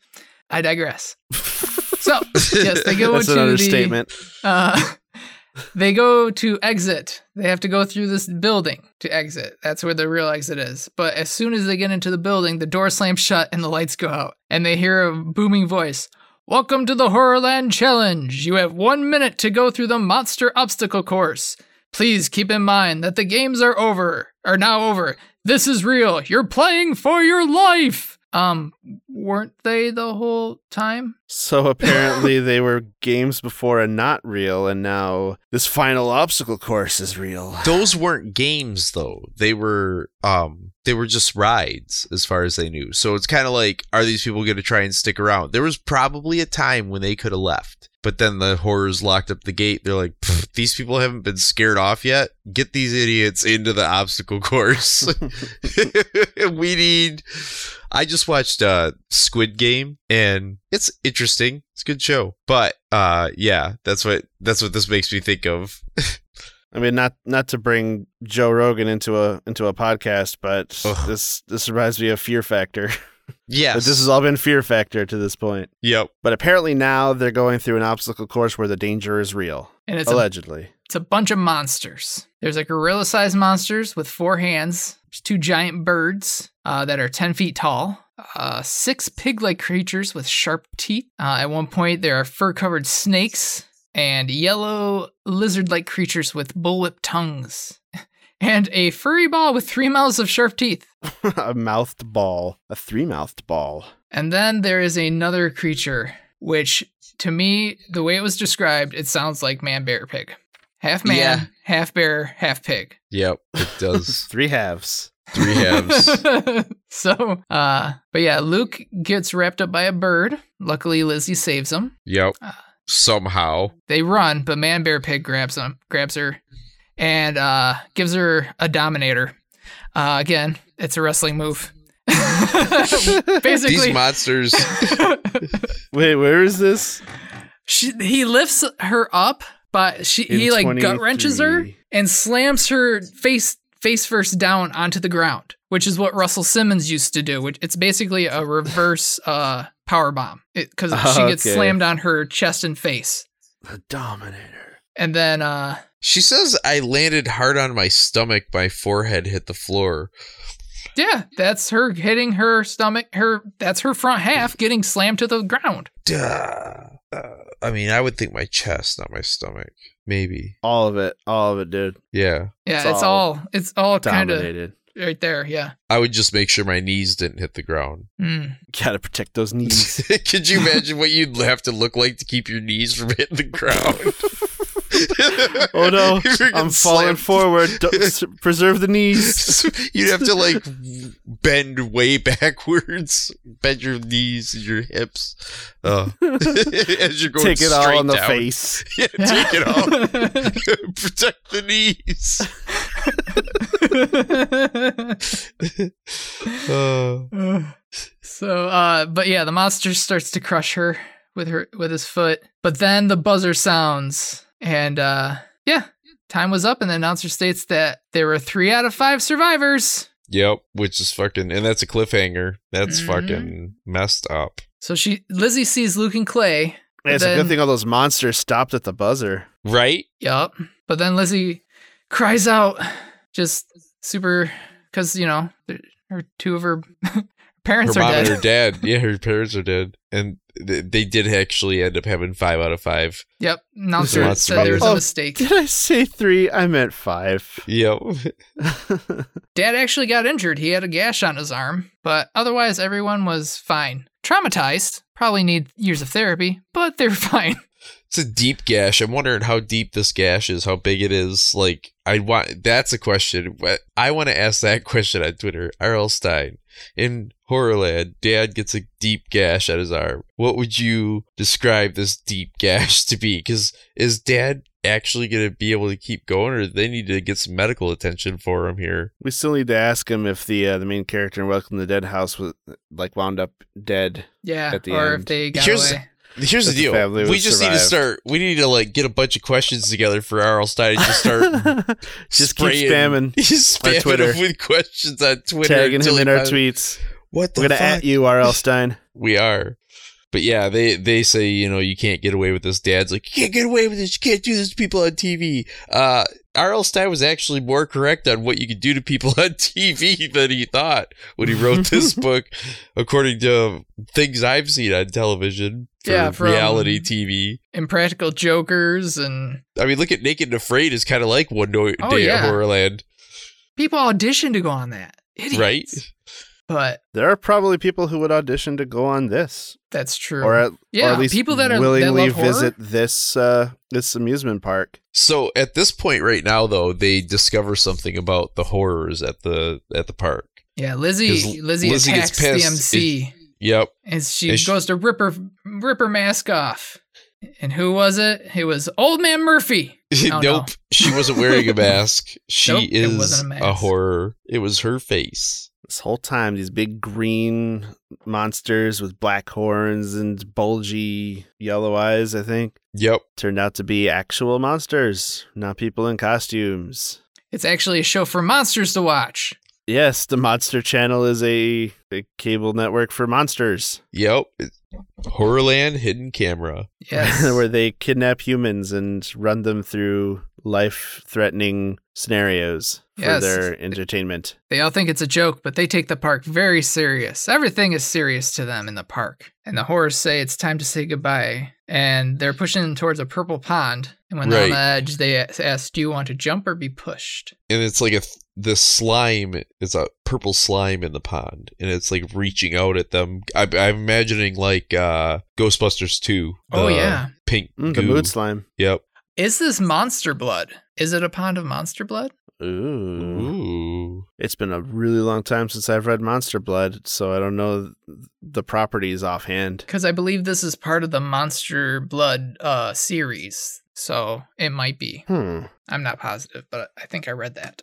I digress. So yes, they go
That's
to
an
the
understatement.
Uh, they go to exit. They have to go through this building to exit. That's where the real exit is. But as soon as they get into the building, the door slams shut and the lights go out. And they hear a booming voice Welcome to the Horrorland Challenge. You have one minute to go through the monster obstacle course. Please keep in mind that the games are over, are now over. This is real. You're playing for your life. Um, weren't they the whole time?
So apparently they were games before and not real, and now this final obstacle course is real.
Those weren't games though. They were um they were just rides as far as they knew. So it's kind of like are these people going to try and stick around? There was probably a time when they could have left. But then the horrors locked up the gate. They're like, "Pfft, these people haven't been scared off yet. Get these idiots into the obstacle course. we need. I just watched uh, Squid Game, and it's interesting. It's a good show. But uh, yeah, that's what that's what this makes me think of.
I mean, not not to bring Joe Rogan into a into a podcast, but
Ugh.
this this reminds me of Fear Factor.
Yeah,
But this has all been Fear Factor to this point.
Yep.
But apparently now they're going through an obstacle course where the danger is real,
And it's a
allegedly.
It's a bunch of monsters. There's like gorilla sized monsters with four hands, There's two giant birds uh, that are 10 feet tall, uh, six pig like creatures with sharp teeth. Uh, at one point, there are fur covered snakes and yellow lizard like creatures with bullwhip tongues, and a furry ball with three mouths of sharp teeth.
a mouthed ball, a three mouthed ball.
And then there is another creature, which to me, the way it was described, it sounds like man, bear, pig. Half man,
Yeah.
half bear, half pig.
Yep, it does.
Three halves.
Three halves.
so, uh, but yeah, Luke gets wrapped up by a bird. Luckily, Lizzie saves him.
Yep.
Ah.
Somehow.
They run, but Man Bear Pig grabs him, grabs her, and uh, gives her a Dominator. Uh, again, it's a wrestling move. Basically,
These monsters.
Wait, where is this?
she, he lifts her up, but she he
In
like gut wrenches her
23.
and slams her face face first down onto the ground, which is what Russell Simmons used to do. Which it's basically a reverse uh, power bomb because she gets
Okay.
slammed on her chest and face,
The Dominator.
and then uh,
she says I landed hard on my stomach, my forehead hit the floor.
yeah, that's her hitting her stomach. Her that's her front half getting slammed to the ground.
Duh. Uh, I mean, I would think my chest, not my stomach. Maybe.
All of it. All of it, dude.
Yeah.
Yeah,
It's
it's, all,
all
it's all kind of
Dominated.
right there. Yeah.
I would just make sure my knees didn't hit the ground.
Mm.
Gotta protect those knees.
Could you imagine what you'd have to look like to keep your knees from hitting the ground?
Oh, no.
If you're getting
I'm falling
slammed-
forward. Don't- s- preserve the knees.
You'd have to like bend way backwards, bend your knees and your hips uh, as you're going
Take it all
straight
on the
down.
face.
Yeah, take it all. Protect the knees. Uh,
so uh but yeah the monster starts to crush her with her with his foot but then the buzzer sounds and uh yeah time was up and the announcer states that there were three out of five survivors
yep, which is fucking, and that's a cliffhanger. That's
Mhm.
Mm-hmm.
fucking messed up.
so she lizzie sees luke and clay
Yeah, it's a
Then-
good thing all those monsters stopped at the buzzer.
Right?
yup but then lizzie cries out just super because you know th- her two of her parents
her
are
mom and
dead
her dad. Yeah, her parents are dead, and th- they did actually end up having five out of five.
yep announcer
Monster
said there was
mother.
a
Oh.
mistake
Did I say three? I meant five.
Yep.
Dad actually got injured. He had a gash on his arm, but otherwise everyone was fine. Traumatized, probably need years of therapy, but they're fine.
It's a deep gash. I'm wondering how deep this gash is, how big it is. Like, I want that's a question. But I want to ask that question on Twitter. R.L. Stein in Horrorland, Dad gets a deep gash on his arm. What would you describe this deep gash to be? Because is Dad actually going to be able to keep going, or they need to get some medical attention for him here?
We still need to ask him if the uh, the main character in Welcome to the Dead House was like wound up dead.
Yeah,
At the
or if
end.
they got
Here's-
away.
Here's the
that the
deal.
family
we
would
just need to
survive.
start. We need to like get a bunch of questions together for Arl Stein and just start.
Just keep
spraying-
spamming
He's
our
spamming
Twitter.
him with questions on Twitter.
tagging
until
him in
he
our
finally-
tweets.
What the
We're gonna
fuck?
at you, R.L. Stein.
We are. But yeah, they they say you know you can't get away with this. Dad's like you can't get away with this. You can't do this to people on TV. Uh, R.L. Stein was actually more correct on what you could do to people on TV than he thought when he wrote this book, according to things I've seen on television for
Yeah, from-
reality TV.
Impractical jokers and
I mean, look at Naked and Afraid is kind of like One Day
Oh,
Day at
yeah.
Horrorland,
people audition to go on that. Idiots.
right?
But
There are probably people who would audition to go on this,
that's true.
or at,
yeah,
or at least
people that are
willingly
that love
visit
visit.
this uh, this amusement park.
So at this point right now, though, they discover something about the horrors at the at the park.
Yeah,
'Cause
Lizzie, Lizzie,
Lizzie gets
attacks the
pissed.
MC
Yep,
and she
and she-
goes to rip her, rip her mask off. And who was it? It was Old Man Murphy.
nope.
Oh, no.
She wasn't wearing a mask. She
Nope, it
is
wasn't a mask.
a horror. It was her face.
This whole time, these big green monsters with black horns and bulgy yellow eyes, I think,
Yep.
turned out to be actual monsters, not people in costumes.
It's actually a show for monsters to watch.
Yes, the Monster Channel is a, a cable network for monsters,
Yep. Horrorland hidden camera.
Yes.
where they kidnap humans and run them through life-threatening scenarios for
Yes.
their entertainment.
They all think it's a joke, but they take the park very serious. Everything is serious to them in the park. And the horrors say it's time to say goodbye. And they're pushing towards a purple pond. And when they're on the edge, they a- ask, Do you want to jump or be pushed?
and it's like a th- the slime it's a purple slime in the pond and it's like reaching out at them I, i'm imagining like uh ghostbusters 2
oh,
the
yeah.
pink
Mm, the
goo.
mood slime.
yep
Is this monster blood? Is it a pond of monster blood?
Ooh.
Ooh.
It's been a really long time since I've read Monster Blood, so I don't know th- the properties offhand.
Because I believe this is part of the monster blood uh, series. So it might be.
Hmm.
I'm not positive, but I think I read that.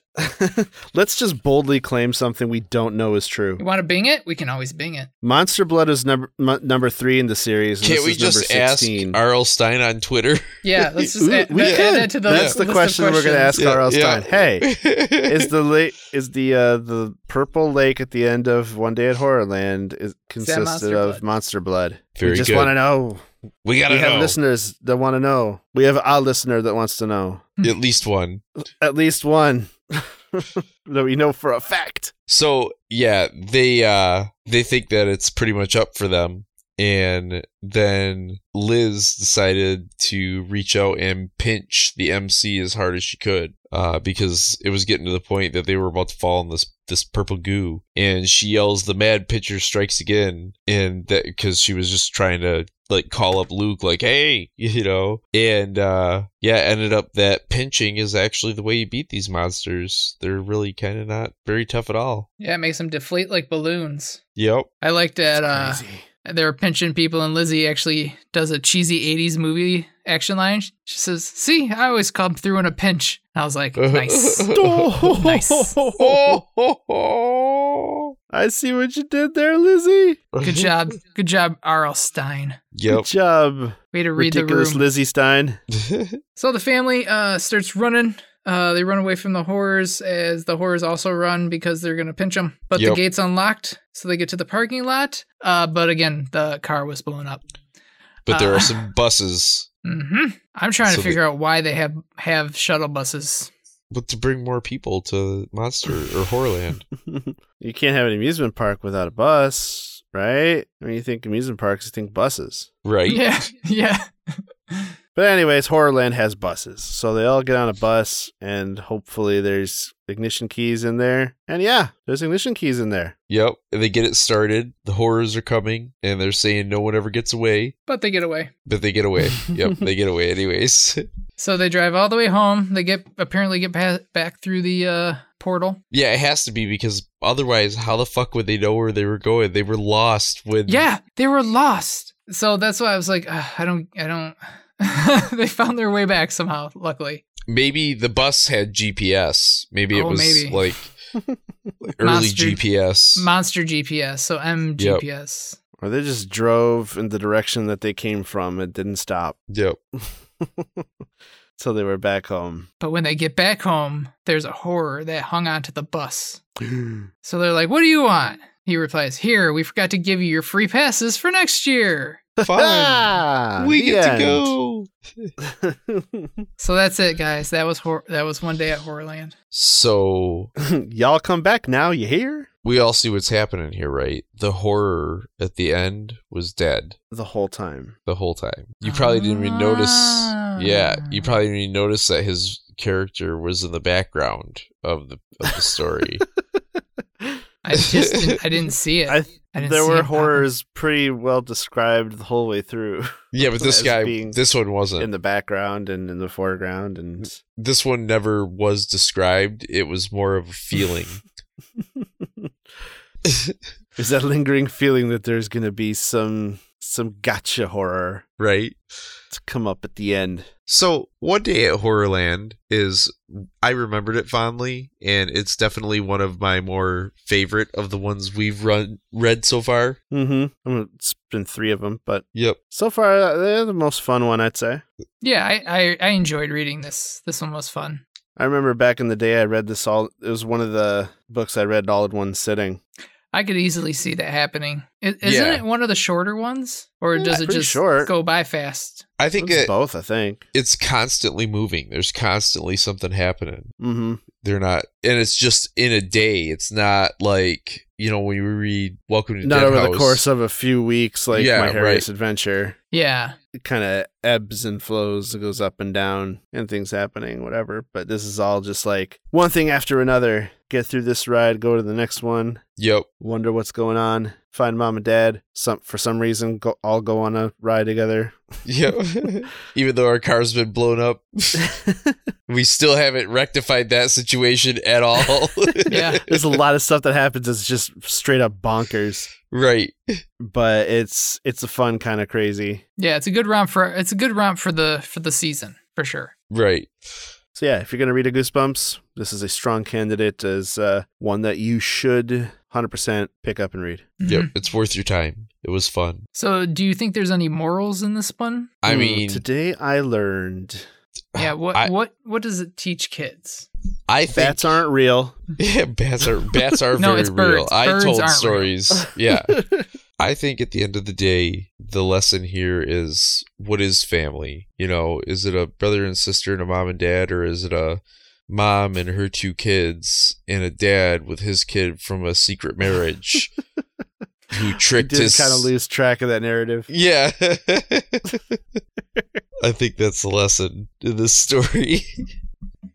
Let's just boldly claim something we don't know is
You
true.
want to bing it? We can always bing it.
Monster Blood is number m- number three in the series. And
can't
this
we
is number
just ask
16.
rl stein on twitter
Yeah, let's just
Ooh,
add,
we
that, add
could.
that to the
That's the
list of
question we're going to ask
questions.
Yeah,
Carl
yeah.
Stein. Hey, is
is
the lake is the uh, the purple lake at the end of One Day at Horrorland is consisted
Monster
of
Blood?
monster blood?
Very
we just
good.
want to know.
we gotta
we have
know
listeners that want to know. We have a listener that wants to know.
at least one
At least one that we know for a fact.
So yeah, they uh they think that it's pretty much up for them. And then Liz decided to reach out and pinch the MC as hard as she could, uh, because it was getting to the point that they were about to fall in this this purple goo. And she yells, "The mad pitcher strikes again!" And that because she was just trying to like call up Luke, like, "Hey, you know." And uh, yeah, ended up that pinching is actually the way you beat these monsters. They're really kind of not very tough at all.
Yeah, it makes them deflate like balloons.
Yep.
I like that uh,
It's crazy.
they're pinching people, and Lizzie actually does a cheesy 80s movie action line. She says, See, I always come through in a pinch. I was like, Nice. Nice.
I see what you did there, Lizzie.
Good job. Good job, R.L. Stein.
Good
Yep.
job,
Way to read
ridiculous
the room.
Lizzie Stein.
So the family uh, starts running. Uh, they run away from the horrors as the horrors also run because they're going to pinch them. But
Yep.
the gate's unlocked, so they get to the parking lot. Uh, but again, the car was blown up.
but there
Uh.
are some buses.
hmm I'm trying
So
to
they-
figure out why they have have shuttle buses.
But to bring more people to Monster or Horrorland.
you can't have an amusement park without a bus, right? When you think amusement parks, you think buses.
Right.
Yeah, yeah.
But anyways, Horrorland has buses, so they all get on a bus, and hopefully there's ignition keys in there. And yeah, there's ignition keys in there.
Yep. And they get it started. The horrors are coming and they're saying no one ever gets away.
But they get away.
But they get away. Yep. they get away anyways.
So they drive all the way home. They get apparently get pa- back through the uh, portal.
Yeah, it has to be because otherwise, how the fuck would they know where they were going? They were lost with
Yeah, they were lost. So that's why I was like, "Ugh, I don't, I don't. they found their way back somehow. Luckily,
Maybe the bus had GPS. Maybe it
Oh,
was
maybe.
like early
Monster-
GPS.
monster GPS. So MGPS.
Or they just drove in the direction that they came from and didn't stop
yep.
till they were back home.
But when they get back home, there's a horror that hung onto the bus. So they're like, "What do you want?" He replies, "Here, we forgot to give you your free passes for next year."
Fine.
ah,
we
the
get to
end.
go.
So that's it, guys. That was hor- that was one day at Horrorland.
So
Y'all come back now. You hear
we all see what's happening here, right? The horror at the end was dead
the whole time.
the whole time. You probably didn't even notice. Yeah,
Ah.
you probably didn't even notice that his character was in the background of the of the story.
I just didn't, I didn't see it.
I-
I, didn't
there
see
were
it pop-
horrors pretty well described the whole way through
yeah, but this
As
guy,
being
this one wasn't.
in the background and in the foreground and
this one never was described. It was more of a feeling.
there's that lingering feeling that there's going to be some some gotcha horror
right?
to come up at the end
So one day at Horrorland is I remembered it fondly, and it's definitely one of my more favorite of the ones we've run read so far.
mm-hmm I mean, it's been three of them but
Yep.
so far uh, they're the most fun one i'd say
Yeah, I, I I enjoyed reading this. This one was fun.
i remember back in the day i read this all it was one of the books i read all in one sitting
I could easily see that happening. I- Isn't
Yeah.
it one of the shorter ones, or
Yeah,
does it
pretty
just
short.
go by fast?
I think
It's
that
both i think
it's constantly moving. There's constantly something happening.
mm-hmm
They're not. and it's just in a day. It's not like you know when you read Welcome to
Not
Dead
over the
House.
course of a few weeks, like
Yeah,
my Harry's
right.
adventure.
Yeah.
It kind of ebbs and flows, it goes up and down, and things happening, whatever. But this is all just like one thing after another. Get through this ride, go to the next one,
Yep.
wonder what's going on, find mom and dad. Some for some reason, go, all go on a ride together.
Yep. Even though our car's been blown up, we still haven't rectified that situation at all.
Yeah.
There's a lot of stuff that happens. It's just straight up bonkers,
right.
but it's it's a fun kind of crazy.
Yeah, it's a good romp for it's a good romp for the for the season, for sure.
Right.
So yeah, if you're gonna read a Goosebumps, this is a strong candidate as uh, one that you should 100% pick up and read.
Yep.
Mhm.
It's worth your time. It was fun.
So, do you think there's any morals in this one?
I
Ooh,
mean,
today I learned
Yeah, what
I-
what what does it teach kids?
I think
bats aren't real.
Yeah, bats are bats are
No,
very
it's
real.
birds.
I
Birds
told
aren't real.
stories. Yeah. I think at the end of the day, the lesson here is what is family? You know, is it a brother and sister and a mom and dad, or is it a mom and her two kids and a dad with his kid from a secret marriage who
I
tricked
did
his
kind of lose track of that narrative.
Yeah. I think that's the lesson in this story.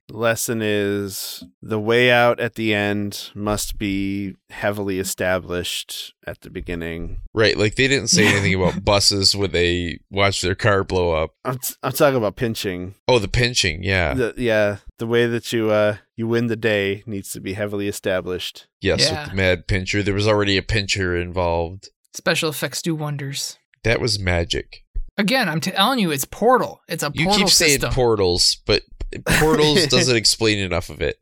The lesson is the way out at the end must be heavily established at the beginning.
right, like they didn't say
Yeah.
anything about buses when they watched their car blow up.
I'm, t- I'm talking about pinching.
Oh, the pinching, yeah.
The, yeah, the way that you uh, you win the day needs to be heavily established.
yes,
Yeah.
with the mad pincher. There was already a pincher involved.
Special effects do wonders.
That was magic.
Again, I'm telling you, it's Portal. It's a
You
Portal
keep saying
system.
portals, but portals doesn't explain enough of it.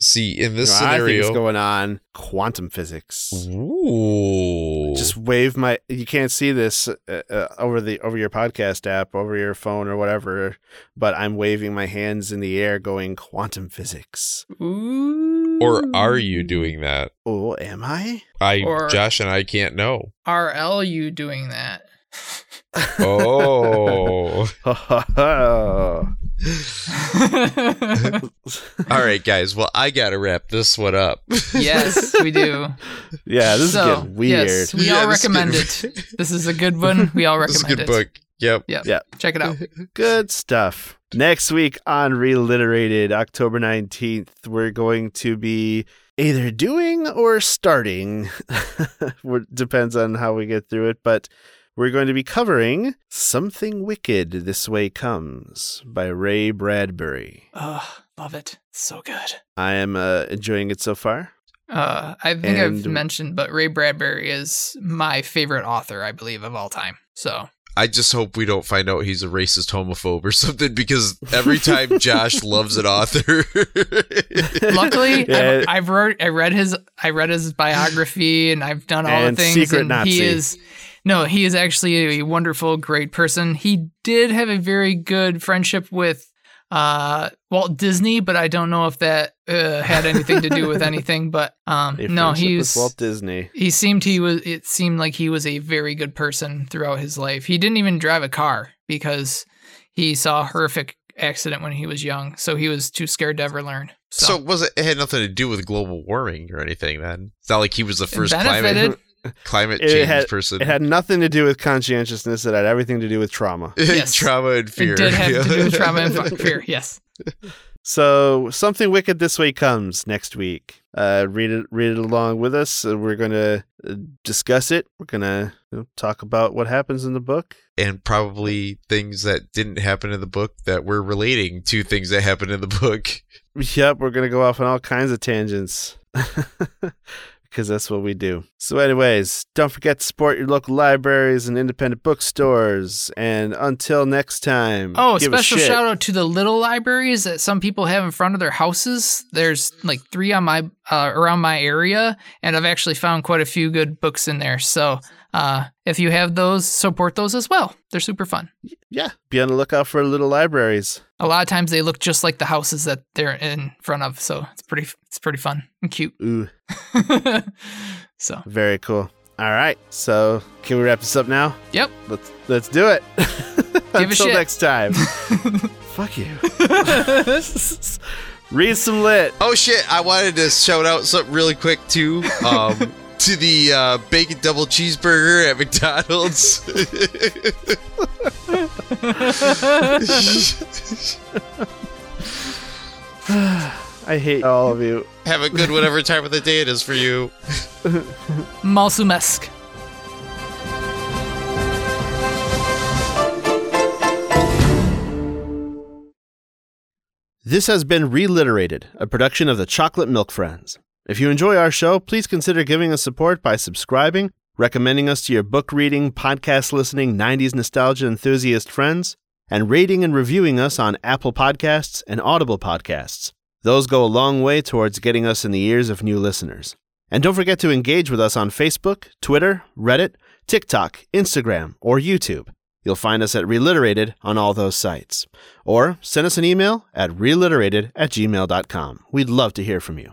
See, in this
You know, I think
scenario,
it's going on quantum physics.
ooh,
Just wave my. You can't see this uh, uh, over the over your podcast app, over your phone or whatever, but I'm waving my hands in the air, going quantum physics.
Ooh.
or are you doing that?
Oh, am I?
I,
Or-
Josh, and I can't know.
RL you doing that?
Oh,
All
all right, guys. Well, I gotta wrap this one up.
yes, we do.
Yeah, this
So,
is getting weird.
yes. We all
this is
recommend
good-
This is a good one. We all
this is a
recommend
good
it.
book. Yep.
Check it out.
Good stuff. Next week on Reliterated, October 19th, we're going to be either doing or starting. We're- Depends on how we get through it, but we're going to be covering Something Wicked This Way Comes by Ray Bradbury.
Ugh, love it. So good.
I am uh, enjoying it so far.
Uh, I think I've
And-
mentioned, but Ray Bradbury is my favorite author, I believe, of all time. So
I just hope we don't find out he's a racist homophobe or something because every time Josh loves an author,
luckily,
Yeah.
I've, I've read I read his I read his biography, and I've done all
And
the things.
secret
and
Nazi.
He is no, he is actually a wonderful, great person. He did have a very good friendship with uh Walt Disney, but I don't know if that uh, had anything to do with anything. But um,
A
no,
friendship
he's
with Walt Disney.
he seemed he was it seemed like he was a very good person throughout his life he didn't even drive a car because he saw a horrific accident when he was young so he was too scared to ever learn
so
so,
it wasn't it had nothing to do with global warming or anything. Then it's not like he was the first
it
climate
benefited
climate
It
change
had-
person.
It had nothing to do with conscientiousness, it had everything to do with trauma.
Yes.
trauma and fear.
it did have to do with trauma and fu-
fear.
fear yes
So something wicked this way comes next week. Uh, read it, read it along with us. Uh, we're gonna uh, discuss it. We're gonna you know, talk about what happens in the book.
and probably things that didn't happen in the book that were relating to things that happened in the book.
Yep, we're gonna go off on all kinds of tangents because that's what we do. So, anyways, don't forget to support your local libraries and independent bookstores. And until next time,
oh
give a
special
shit.
shout out to the little libraries that some people have in front of their houses there's like three on my uh, around my area and i've actually found quite a few good books in there so uh, if you have those support those as well they're super fun
Yeah, be on the lookout for little libraries.
a lot of times they look just like the houses that they're in front of so it's pretty it's pretty fun and cute
Ooh,
so
very cool. All right, so can we wrap this up now?
yep
Let's let's do it.
a
Until
shit.
next time. Fuck you. Read some lit.
Oh shit! I wanted to shout out something really quick too. Um, to the uh, bacon double cheeseburger at McDonald's.
I hate all of you.
Have a good whatever time of the day it is for you.
Malsumesque.
This has been Reliterated, a production of the Chocolate Milk Friends. If you enjoy our show, please consider giving us support by subscribing, recommending us to your book reading, podcast listening, 90s nostalgia enthusiast friends, and rating and reviewing us on Apple Podcasts and Audible Podcasts. Those go a long way towards getting us in the ears of new listeners. And don't forget to engage with us on Facebook, Twitter, Reddit, TikTok, Instagram, or YouTube. You'll find us at Reliterated on all those sites. Or send us an email at reliterated at gmail.com. We'd love to hear from you.